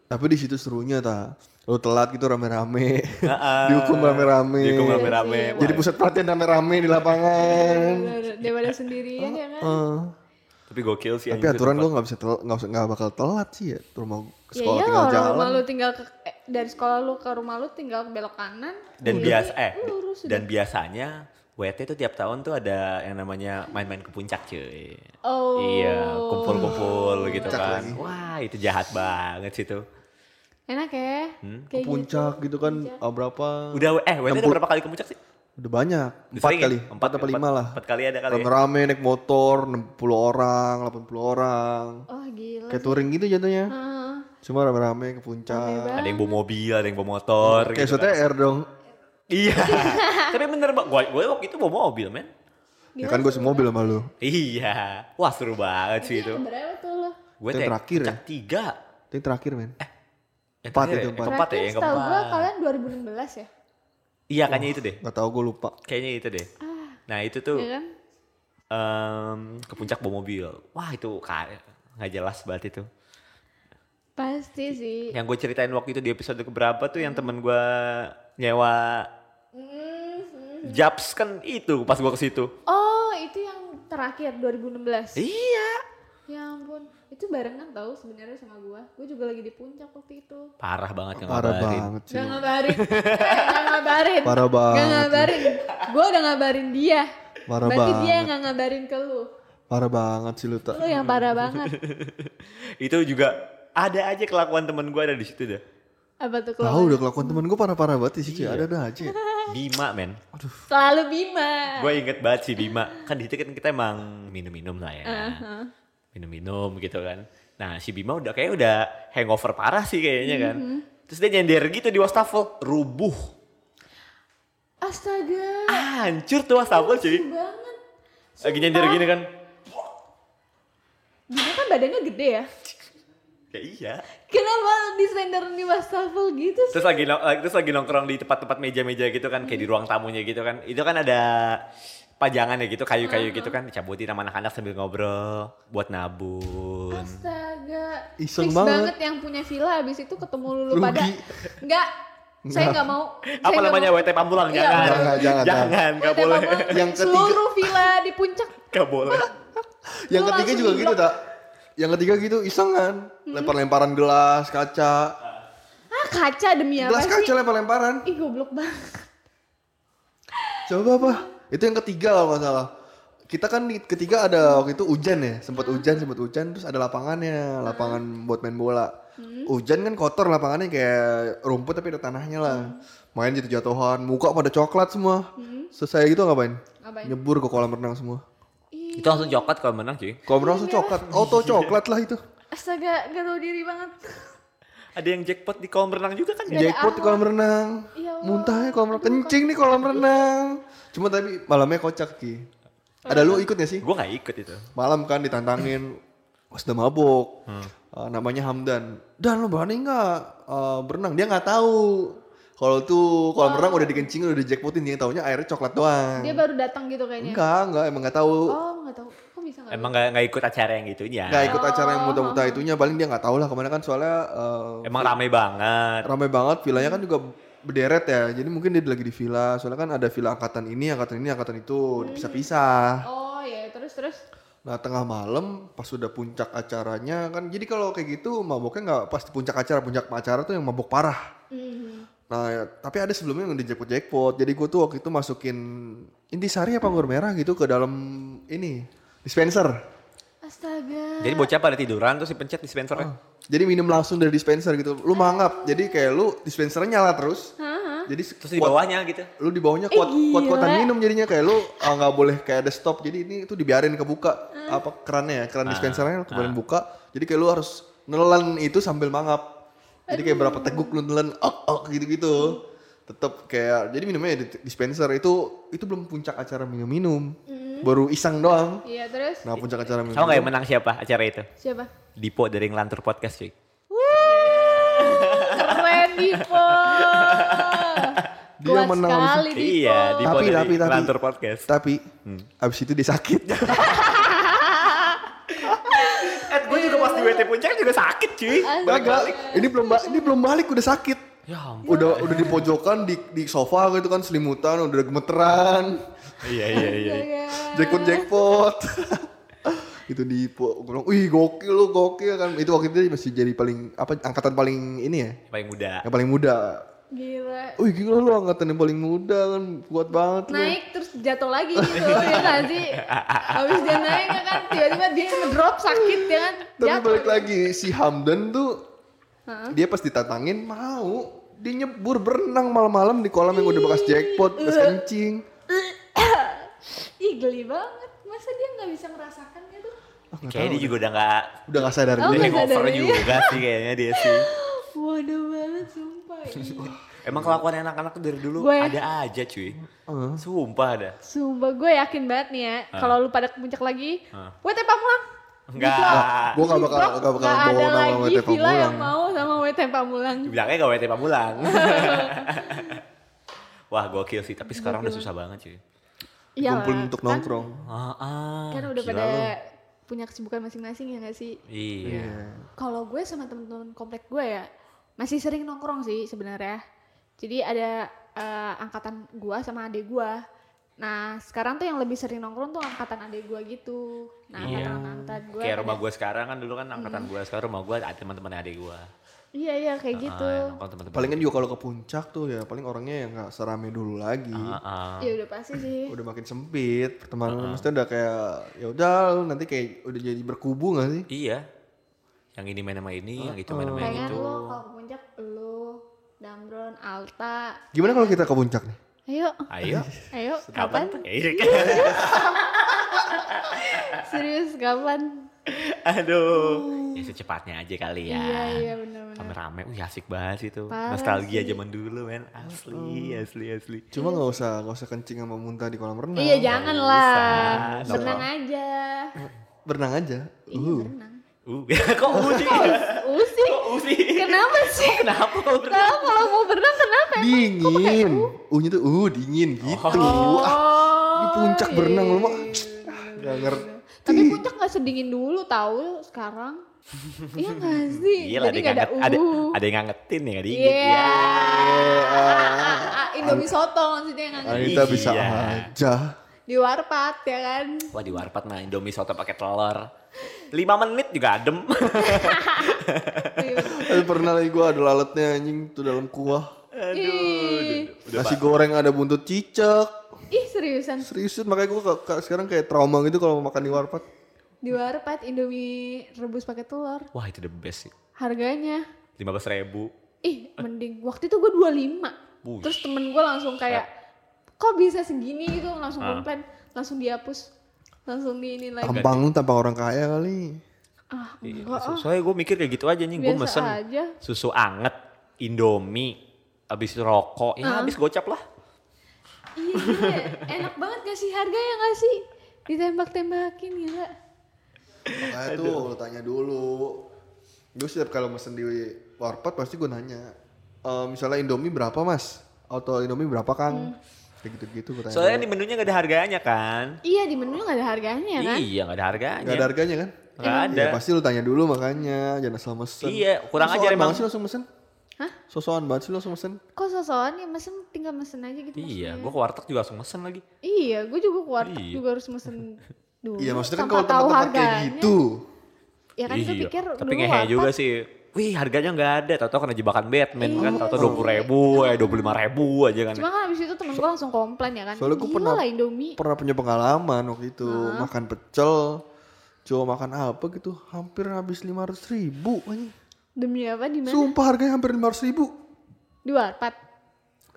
Speaker 2: Tapi di situ serunya ta. Lo telat gitu rame-rame,
Speaker 4: Ah, ah.
Speaker 2: dihukum rame-rame. iya.
Speaker 4: Dihukum rame-rame.
Speaker 3: Iya,
Speaker 2: Jadi pusat perhatian rame-rame di lapangan.
Speaker 3: Daripada- Daripada sendirian ya kan.
Speaker 2: Eh.
Speaker 4: Tapi gokil sih.
Speaker 2: Tapi aturan gue nggak bisa telat, nggak usah- nggak bakal telat sih ya. Rumah ke
Speaker 3: Ya
Speaker 2: sekolah
Speaker 3: iya
Speaker 2: tinggal
Speaker 3: kalau
Speaker 2: jalan.
Speaker 3: rumah lu tinggal ke, eh, dari sekolah lu ke rumah lu tinggal belok kanan.
Speaker 4: Dan
Speaker 3: udah,
Speaker 4: biasa eh
Speaker 3: lu lurus
Speaker 4: dan
Speaker 3: udah.
Speaker 4: biasanya WT tuh tiap tahun tuh ada yang namanya main-main ke puncak cuy.
Speaker 3: Oh.
Speaker 4: Iya, kumpul-kumpul gitu
Speaker 2: Puncak
Speaker 4: kan.
Speaker 2: lagi.
Speaker 4: Wah, itu jahat banget sih tuh.
Speaker 3: Enak ya.
Speaker 4: Hmm,
Speaker 2: Ke
Speaker 3: Kayak
Speaker 2: puncak gitu, kan ah, berapa? Udah,
Speaker 4: Udah eh WT udah berapa kali ke puncak sih?
Speaker 2: banyak.
Speaker 4: Udah
Speaker 2: Empat
Speaker 4: sering ya?
Speaker 2: kali. Empat atau lima lah.
Speaker 4: Empat kali ada kali. ya?
Speaker 2: Rame-rame naik motor, 60 orang, 80 orang.
Speaker 3: gitu. Oh gila.
Speaker 2: Kayak touring gitu jatuhnya.
Speaker 3: Ah,
Speaker 2: Cuma rame-rame ke puncak.
Speaker 4: Ada yang bawa mobil, ada yang bawa motor
Speaker 2: Kayak
Speaker 4: gitu. kan.
Speaker 2: SOTR dong.
Speaker 4: Iya. Tapi bener banget. Gue gue waktu itu bawa mobil, men.
Speaker 2: Ya kan gue semobil sama lu.
Speaker 4: Iya. Wah, seru banget sih
Speaker 3: Iya,
Speaker 4: itu.
Speaker 3: berapa tuh lu?
Speaker 4: Gue
Speaker 2: Itu yang
Speaker 4: teh
Speaker 2: terakhir ya?
Speaker 4: puncak tiga.
Speaker 2: Itu yang terakhir men.
Speaker 4: Eh. Yang
Speaker 2: Empat
Speaker 4: terakhir
Speaker 2: itu,
Speaker 4: ya?
Speaker 2: empat.
Speaker 4: Keempat ya, yang
Speaker 3: Terakhir setahu gue
Speaker 4: keempat.
Speaker 3: kalian 2016 ya.
Speaker 4: Iya, kayaknya itu deh.
Speaker 2: Gak tau gue lupa.
Speaker 4: Kayaknya itu deh. Nah itu tuh
Speaker 3: Iya kan?
Speaker 4: em, ke puncak bawa mobil. Wah itu ka- nggak jelas banget itu.
Speaker 3: Pasti sih.
Speaker 4: Yang gue ceritain waktu itu di episode keberapa tuh
Speaker 3: Hmm.
Speaker 4: yang temen gue nyewa Japs kan itu pas gue ke situ.
Speaker 3: Mm-hmm. Oh, itu yang terakhir 2016.
Speaker 4: Iya.
Speaker 3: Ya ampun, itu barengan tau sebenarnya sama gua. Gua juga lagi di puncak waktu itu.
Speaker 4: Parah banget yang
Speaker 2: Parah
Speaker 4: ngabarin.
Speaker 2: banget sih.
Speaker 3: Gak ngabarin, Eh, gak ngabarin,
Speaker 2: Parah
Speaker 3: gak
Speaker 2: banget.
Speaker 3: ngabarin. Gua udah ngabarin dia.
Speaker 2: Parah
Speaker 3: Berarti dia yang
Speaker 2: banget.
Speaker 3: gak ngabarin ke lu.
Speaker 2: Parah banget sih lu tak.
Speaker 3: Lu yang parah banget.
Speaker 4: Itu juga ada aja kelakuan temen gue ada di situ dah.
Speaker 3: Apa tuh
Speaker 2: Tahu
Speaker 3: kalau
Speaker 2: udah kelakuan temen gue parah-parah banget
Speaker 3: Iya.
Speaker 2: sih. cuy. Ada-ada aja. ya.
Speaker 4: Bima men.
Speaker 3: selalu Bima?
Speaker 4: Gue inget banget sih Bima. Kan di situ kan kita emang minum-minum lah ya.
Speaker 3: Ah.
Speaker 4: Minum-minum gitu kan. Nah si Bima udah kayak udah hangover parah sih kayaknya kan. Terus dia nyender gitu di wastafel. Rubuh.
Speaker 3: Astaga,
Speaker 4: Hancur tuh wastafel cuy.
Speaker 3: banget.
Speaker 4: Lagi nyender gini kan.
Speaker 3: Bima kan badannya gede ya.
Speaker 4: ya iya
Speaker 3: Kenapa desainer di wastafel gitu sih?
Speaker 4: terus lagi nong- terus lagi nongkrong di tempat-tempat meja-meja gitu kan kayak di ruang tamunya gitu kan itu kan ada pajangan ya gitu kayu-kayu gitu kan dicabutin sama anak-anak sambil ngobrol buat nabung
Speaker 3: Ah, Astaga.
Speaker 2: Iseng
Speaker 3: Fix
Speaker 2: banget.
Speaker 3: yang punya villa abis itu ketemu lulu
Speaker 2: Rugi.
Speaker 3: pada. Enggak. Saya nggak mau.
Speaker 4: apa namanya WT Pamulang
Speaker 3: Iya,
Speaker 4: jangan
Speaker 2: betul. Jangan, jangan,
Speaker 4: nggak boleh
Speaker 2: Yang
Speaker 3: Yang
Speaker 2: ketiga-
Speaker 3: Seluruh villa di puncak.
Speaker 4: nggak boleh
Speaker 2: Yang
Speaker 3: Lu
Speaker 2: ketiga
Speaker 3: langsung
Speaker 2: juga
Speaker 3: di
Speaker 2: gitu
Speaker 3: blok.
Speaker 2: tak? Yang ketiga gitu isengan, lempar-lemparan gelas, kaca,
Speaker 3: Ah kaca demi apa
Speaker 2: gelas
Speaker 3: sih?
Speaker 2: kaca lempar-lemparan.
Speaker 3: Ih goblok banget.
Speaker 2: Coba apa? Itu yang ketiga kalau nggak salah. Kita kan di ketiga ada waktu itu hujan ya, sempat hujan, sempat hujan, terus ada lapangannya, lapangan buat main bola. Hujan kan kotor lapangannya kayak rumput tapi ada tanahnya lah. Main jatuh-jatuhan, muka pada coklat semua. Selesai gitu ngapain?
Speaker 3: Ngapain?
Speaker 2: Nyebur ke kolam renang semua.
Speaker 3: Ih,
Speaker 4: itu langsung coklat kalau menang
Speaker 2: Kolam
Speaker 4: cuy
Speaker 3: Iya,
Speaker 2: renang langsung coklat, auto coklat lah itu.
Speaker 3: astaga gak tau diri banget.
Speaker 4: ada yang jackpot di kolam renang juga kan
Speaker 3: Iya.
Speaker 4: ya?
Speaker 2: Jackpot di kolam renang.
Speaker 3: Ya Allah.
Speaker 2: Muntahnya Iya, kolam renang. Kencing nih kolam renang. Cuma tapi malamnya kocak Ki. Ada lu ikut gak sih?
Speaker 4: gue nggak ikut itu
Speaker 2: Malam kan ditantangin. Wah, Sudah mabok. Eh, namanya Hamdan. Dan lu berani gak eh, berenang? Dia gak tahu. Kalau tuh kolam renang udah dikencingin udah di jackpotin. Dia taunya airnya coklat doang.
Speaker 3: Dia baru datang gitu kayaknya.
Speaker 2: Enggak, enggak. Emang gak tahu.
Speaker 3: Oh nggak tahu. Kok bisa nggak?
Speaker 4: emang nggak nggak ikut acara yang gitunya
Speaker 2: Gak ikut acara yang muta-muta itunya. Paling dia gak tahu lah. Kemana kan soalnya... eh,
Speaker 4: emang ramai banget
Speaker 2: ramai banget villanya kan juga berderet ya jadi mungkin dia lagi di villa soalnya kan ada villa angkatan ini angkatan ini angkatan itu pisah-pisah
Speaker 3: Oh ya terus terus.
Speaker 2: nah tengah malam pas sudah puncak acaranya kan jadi kalau kayak gitu maboknya nggak pas di puncak acara puncak acara tuh yang mabok parah
Speaker 3: Mhm.
Speaker 2: nah ya, tapi ada sebelumnya yang di jackpot jackpot jadi gue tuh waktu itu masukin intisari apa anggur merah gitu ke dalam ini dispenser
Speaker 3: Astaga.
Speaker 4: jadi bocah pada tiduran terus dipencet dispenser
Speaker 3: Oh.
Speaker 2: jadi minum langsung dari dispenser gitu lu mangap jadi kayak lu dispensernya nyala terus jadi
Speaker 4: terus di bawahnya gitu
Speaker 2: lu di bawahnya kuat
Speaker 3: gila.
Speaker 2: kuat kuatan minum jadinya kayak lu ah, nggak boleh kayak ada stop jadi ini tuh dibiarin kebuka apa kerannya ya
Speaker 4: Ah,
Speaker 2: keran dispensernya kemudian buka jadi kayak lu harus nelan itu sambil mangap jadi kayak berapa teguk lu nelan ok ok gitu gitu tetap kayak jadi minumnya ya di dispenser itu itu belum puncak acara minum minum baru iseng doang
Speaker 3: Iya terus.
Speaker 2: nah puncak acara minum
Speaker 4: sama nggak yang menang siapa acara itu
Speaker 3: Siapa?
Speaker 4: Dipo dari Ngelantur Podcast cuy
Speaker 3: Keren Dipo.
Speaker 2: Dia
Speaker 3: Kuat
Speaker 2: menang.
Speaker 3: sekali Dipo.
Speaker 4: iya Dipo
Speaker 2: Tapi,
Speaker 4: dari
Speaker 2: tapi, tapi.
Speaker 4: Ngelantur Podcast Hmm.
Speaker 2: tapi abis itu dia sakit
Speaker 4: eh gue juga pas di WT Puncak juga sakit cuy
Speaker 2: Kagak, ini belum ba- ini belum balik udah sakit.
Speaker 4: Ya ampun.
Speaker 2: Udah udah di pojokan di di sofa gitu kan selimutan udah gemeteran.
Speaker 4: iya iya iya
Speaker 2: Jackpot jackpot. itu di po- gua bilang, "Wih, gokil lu, gokil kan." Itu waktu itu dia masih jadi paling apa angkatan paling ini ya,
Speaker 4: paling muda
Speaker 2: yang paling muda.
Speaker 3: Gila.
Speaker 2: Wih, gila lu angkatan yang paling muda kan, kuat banget
Speaker 4: Iya.
Speaker 2: lu.
Speaker 3: Naik terus jatuh
Speaker 4: Oh,
Speaker 3: lagi gitu ya kan sih. Habis dia naik ya kan tiba-tiba dia ngedrop sakit ya kan.
Speaker 2: Tapi
Speaker 3: Jatuh.
Speaker 2: balik lagi si Hamdan tuh dia pas ditantangin mau dia nyebur berenang malam-malam di kolam yang udah bekas jackpot, bekas
Speaker 3: Iya.
Speaker 2: kencing.
Speaker 3: Ih geli banget. Masa dia nggak bisa ngerasakan gitu?
Speaker 4: kayaknya dia juga udah nggak
Speaker 2: Udah gak sadar
Speaker 3: Oh,
Speaker 2: diri.
Speaker 4: Dia
Speaker 3: nggak
Speaker 4: hangover
Speaker 3: sadar diri.
Speaker 4: juga sih kayaknya dia sih
Speaker 3: Waduh banget sumpah. iya.
Speaker 4: Emang kelakuan anak-anak tuh dari dulu
Speaker 3: Gue- Oh.
Speaker 4: ada aja cuy. Sumpah ada.
Speaker 3: Sumpah gue yakin banget nih ya, kalau lu pada ke puncak lagi,
Speaker 4: Ah.
Speaker 3: WT Pamulang.
Speaker 4: Enggak.
Speaker 2: Gue gak bakal
Speaker 3: Gitu. Blok,
Speaker 2: gak bakal
Speaker 3: nggak
Speaker 2: bawa
Speaker 3: ada
Speaker 2: nama
Speaker 3: lagi
Speaker 2: WT
Speaker 3: villa
Speaker 2: Pamulang.
Speaker 3: yang mau sama WT Pamulang.
Speaker 4: Bilangnya gak WT Pamulang. Wah gokil sih, tapi sekarang udah susah banget cuy.
Speaker 3: Iya
Speaker 2: Kumpul
Speaker 3: lah,
Speaker 2: untuk
Speaker 3: kan-
Speaker 2: nongkrong.
Speaker 4: Ah, ah,
Speaker 3: Kan udah
Speaker 4: gila
Speaker 3: pada
Speaker 4: lu.
Speaker 3: punya kesibukan masing-masing ya gak sih?
Speaker 4: Iya.
Speaker 3: Kalau gue sama temen-temen komplek gue ya, masih sering nongkrong sih sebenarnya. Jadi ada eh, angkatan gue sama adik gue. Nah sekarang tuh yang lebih sering nongkrong tuh angkatan adik gue gitu. Nah
Speaker 4: Iya.
Speaker 3: angkatan-angkatan gue.
Speaker 4: Kayak
Speaker 3: ada-
Speaker 4: rumah gue sekarang kan dulu kan angkatan gue sekarang rumah gue ada teman-teman adik gue.
Speaker 3: Iya iya
Speaker 4: Ah,
Speaker 3: kayak gitu.
Speaker 4: teman-teman.
Speaker 2: Palingan juga kalau ke puncak tuh ya paling orangnya ya gak serame dulu lagi.
Speaker 4: Ah, ah.
Speaker 3: Ya udah pasti sih.
Speaker 2: Udah makin sempit, pertemanan maksudnya udah kayak ya udah lu nanti kayak udah jadi berkubu gak sih?
Speaker 4: Iya. Yang ini main sama ini, yang itu main sama yang
Speaker 3: Pengen
Speaker 4: itu.
Speaker 3: lo kalau ke puncak lo, Damron, Alta.
Speaker 2: Gimana kalau kita ke puncak nih?
Speaker 3: Ayo,
Speaker 4: Ayo.
Speaker 3: ayo.
Speaker 4: Kapan?
Speaker 3: Kapan?
Speaker 4: Iya.
Speaker 3: Serius kapan?
Speaker 4: Aduh. Ya secepatnya aja kali ya.
Speaker 3: Oh. Iya iya benar-benar.
Speaker 4: rame-rame, wih asik banget sih itu.
Speaker 3: Parah Oh.
Speaker 4: Nostalgia zaman dulu men, asli, asli, asli.
Speaker 2: Cuma nggak usah nggak usah kencing sama muntah di kolam renang.
Speaker 3: Iya jangan lah,
Speaker 4: usah.
Speaker 3: berenang aja.
Speaker 2: Berenang aja.
Speaker 3: Iya
Speaker 2: Uh.
Speaker 3: berenang.
Speaker 4: Uh, kok uh sih?
Speaker 3: Uh sih.
Speaker 4: Kok uh sih?
Speaker 3: Kenapa sih?
Speaker 4: Kenapa kalau berenang?
Speaker 3: Kenapa kalau mau berenang kenapa? emang? Kok pakai
Speaker 2: dingin
Speaker 3: U?
Speaker 2: unya tuh uh dingin gitu
Speaker 4: Oh.
Speaker 2: ah, di puncak
Speaker 3: iya.
Speaker 2: berenang lu mah nggak ngerti
Speaker 4: Iya.
Speaker 3: Tapi puncak gak sedingin dulu tahu sekarang. iya gak sih?
Speaker 4: Iya lah, ada
Speaker 3: Jadi
Speaker 4: yang
Speaker 3: gak ada
Speaker 4: nganget, ada,
Speaker 3: uh.
Speaker 4: ada yang ngangetin ya, nggak diinget.
Speaker 3: Iya.
Speaker 2: Iya.
Speaker 3: Ah, ah, Indomie soto maksudnya yang ngangetin.
Speaker 2: Anita bisa
Speaker 4: Iya.
Speaker 2: aja
Speaker 3: Di warpat ya kan.
Speaker 4: Wah di warpat mah Indomie soto pakai telur. 5 menit juga adem.
Speaker 3: Iya.
Speaker 2: Eh, pernah lagi gue ada lalatnya anjing tuh dalam kuah
Speaker 3: Ih,
Speaker 2: nasi goreng ada buntut cicak
Speaker 3: Ih seriusan
Speaker 2: seriusan makanya gue sekarang kayak trauma gitu kalau mau makan di warpat
Speaker 3: di warpat Indomie rebus pakai telur
Speaker 4: Wah itu the best sih.
Speaker 3: harganya
Speaker 4: 15 ribu.
Speaker 3: ih mending waktu itu gue 25
Speaker 4: Buset.
Speaker 3: terus temen gue langsung kayak kok bisa segini gitu langsung
Speaker 4: Ah.
Speaker 3: komplain langsung dihapus langsung diinin lagi
Speaker 2: tampang lu tampang orang kaya kali
Speaker 3: ah
Speaker 4: Iya,
Speaker 3: enggak
Speaker 4: so-
Speaker 3: ah
Speaker 4: Soalnya gue mikir kayak gitu aja nih, gue
Speaker 3: Biasa
Speaker 4: mesen
Speaker 3: aja.
Speaker 4: susu anget, indomie, abis rokok, ya abis gocap lah.
Speaker 3: iya gila, enak banget gak sih harganya gak sih ditembak-tembakin ya gila
Speaker 2: makanya tuh lu tanya dulu gue setiap kalau mesen di warpat pasti gue nanya "Eh, misalnya indomie berapa mas atau indomie berapa kang kayak gitu gitu gue tanya
Speaker 4: Hmm. Soalnya di menunya gak ada harganya kan.
Speaker 3: iya di menu gak ada harganya kan
Speaker 4: Iya gak ada harganya.
Speaker 2: Gak ada harganya kan?
Speaker 4: Nggak ada.
Speaker 2: Ya, pasti lu tanya dulu makanya, jangan asal mesen.
Speaker 4: Iya, kurang
Speaker 2: Sosokan
Speaker 4: ajar emang.
Speaker 2: banget sih langsung mesen.
Speaker 3: Hah?
Speaker 2: Sosokan banget sih langsung mesen.
Speaker 3: kok sosokan ya mesen tinggal mesen aja gitu
Speaker 4: Iya,
Speaker 3: maksudnya.
Speaker 4: gue ke warteg juga langsung mesen lagi.
Speaker 3: iya gue juga keluar
Speaker 4: Iya.
Speaker 3: juga harus mesen dulu
Speaker 2: Iya, maksudnya kan
Speaker 3: tanpa
Speaker 2: kalau
Speaker 3: tahu
Speaker 2: tempat-tempat kayak
Speaker 3: harganya.
Speaker 2: gitu.
Speaker 3: ya kan gue
Speaker 4: Iya,
Speaker 3: pikir
Speaker 4: tapi
Speaker 3: dulu
Speaker 4: ngehe
Speaker 3: warpat
Speaker 4: juga sih. Wih harganya nggak ada, tau-tau kena jebakan Batman kan,
Speaker 3: Iya
Speaker 4: tau-tau
Speaker 3: sih.
Speaker 4: dua puluh ribu, eh dua puluh lima ribu aja kan.
Speaker 3: Cuma kan abis itu temen gue langsung komplain ya kan.
Speaker 2: Soalnya gue
Speaker 3: Gila
Speaker 2: pernah-
Speaker 3: lah Indomie.
Speaker 2: Pernah punya pengalaman waktu itu, makan pecel, coba makan apa gitu, hampir habis 500 ribu. anjing.
Speaker 3: Demi apa di mana?
Speaker 2: Sumpah harganya hampir 500 ribu.
Speaker 3: Di Warpat.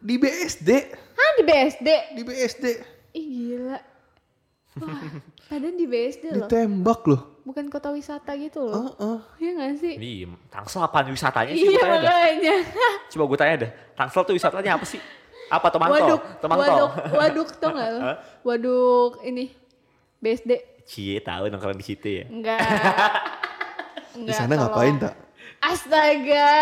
Speaker 2: Di BSD,
Speaker 3: Hah di BSD?
Speaker 2: di BSD,
Speaker 3: Ih gila. Wah, padahal di BSD loh.
Speaker 2: ditembak loh.
Speaker 3: Bukan kota wisata gitu
Speaker 2: Heeh.
Speaker 3: loh. Iya gak sih?
Speaker 4: Iya, Tangsel apaan wisatanya sih?
Speaker 3: Iya
Speaker 4: Gua tanya dah.
Speaker 3: makanya.
Speaker 4: Coba gue tanya dah, Tangsel tuh wisatanya apa sih? Apa Tomangtol?
Speaker 3: Waduk.
Speaker 4: Tomangtol?
Speaker 3: Waduk. Waduk tau gak lo? Waduk ini. BSD.
Speaker 4: Cie tahu nongkrong di situ ya.
Speaker 3: Enggak.
Speaker 2: Di
Speaker 3: Enggak,
Speaker 2: sana
Speaker 3: tolong.
Speaker 2: ngapain tak?
Speaker 3: Astaga.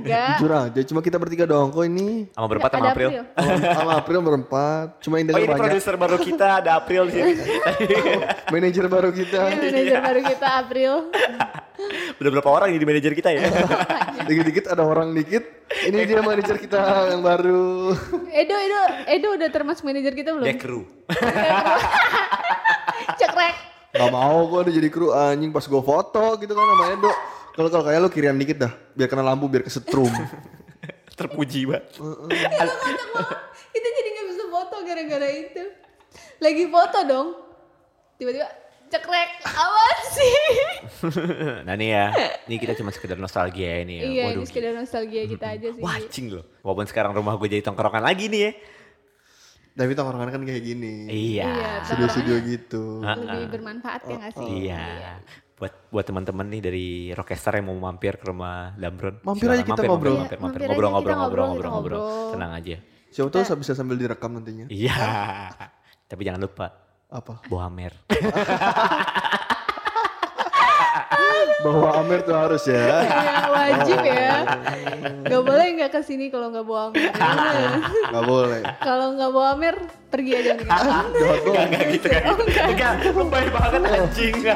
Speaker 3: Enggak.
Speaker 2: Jujur aja, cuma kita bertiga doang kok ini.
Speaker 4: Sama berempat
Speaker 3: Ada
Speaker 4: sama April.
Speaker 2: Sama- Sama April berempat, cuma yang
Speaker 4: Oh
Speaker 2: dengar
Speaker 4: ini
Speaker 2: banyak.
Speaker 4: produser baru kita ada April di sini.
Speaker 2: Manajer baru
Speaker 3: Ini
Speaker 2: kita.
Speaker 3: Kan manajer baru kita April.
Speaker 4: Udah berapa orang jadi manajer kita ya?
Speaker 2: Dikit-dikit ada orang dikit. Ini dia manajer kita yang baru.
Speaker 3: Edo, Edo, Edo udah termasuk manajer kita belum?
Speaker 4: Dia kru.
Speaker 3: Cekrek.
Speaker 2: Gak mau gua udah jadi kru anjing pas gua foto gitu kan sama Edo. Kalau kalau kayak lu kirian dikit dah, biar kena lampu biar kesetrum.
Speaker 4: Terpuji banget.
Speaker 3: Itu kocak banget. Itu jadi nggak bisa foto gara-gara itu. Lagi foto dong. Tiba-tiba cekrek. Awas sih.
Speaker 4: nah nih ya, ini kita cuma sekedar nostalgia ini ya.
Speaker 3: iya,
Speaker 4: Waduh, Hmm.
Speaker 3: ini sekedar nostalgia kita aja sih.
Speaker 4: Wah, cing loh. Walaupun sekarang rumah gue jadi tongkrongan lagi nih ya.
Speaker 2: Tapi tongkrongan kan kayak gini.
Speaker 4: Iya. Ah.
Speaker 3: Iya,
Speaker 2: Studio studio gitu.
Speaker 3: Lebih bermanfaat ya nggak sih?
Speaker 4: Iya. Buat buat teman-teman nih dari Rockestar yang mau mampir ke rumah Damron.
Speaker 2: Mampir
Speaker 4: silakan.
Speaker 2: aja kita ngobrol.
Speaker 4: Mampir,
Speaker 3: Iya,
Speaker 4: mampir,
Speaker 3: mampir
Speaker 4: ngobrol,
Speaker 3: aja
Speaker 4: ngobrol,
Speaker 3: kita ngobrol,
Speaker 4: ngobrol, ngobrol,
Speaker 3: kita
Speaker 4: ngobrol,
Speaker 3: ngobrol.
Speaker 4: Tenang aja.
Speaker 2: Siapa tahu bisa sambil direkam nantinya.
Speaker 4: Iya. Tapi jangan lupa
Speaker 2: Apa?
Speaker 4: bawa mer.
Speaker 2: Bahwa Amer tuh harus ya.
Speaker 3: Iya, wajib ya. Gak boleh nggak kesini kalau nggak bawa Amir.
Speaker 4: Iya.
Speaker 2: Gak boleh.
Speaker 3: kalau nggak bawa Amir, pergi aja nih.
Speaker 2: Gak boleh.
Speaker 4: Enggak gitu kan. Enggak, lebay banget anjing.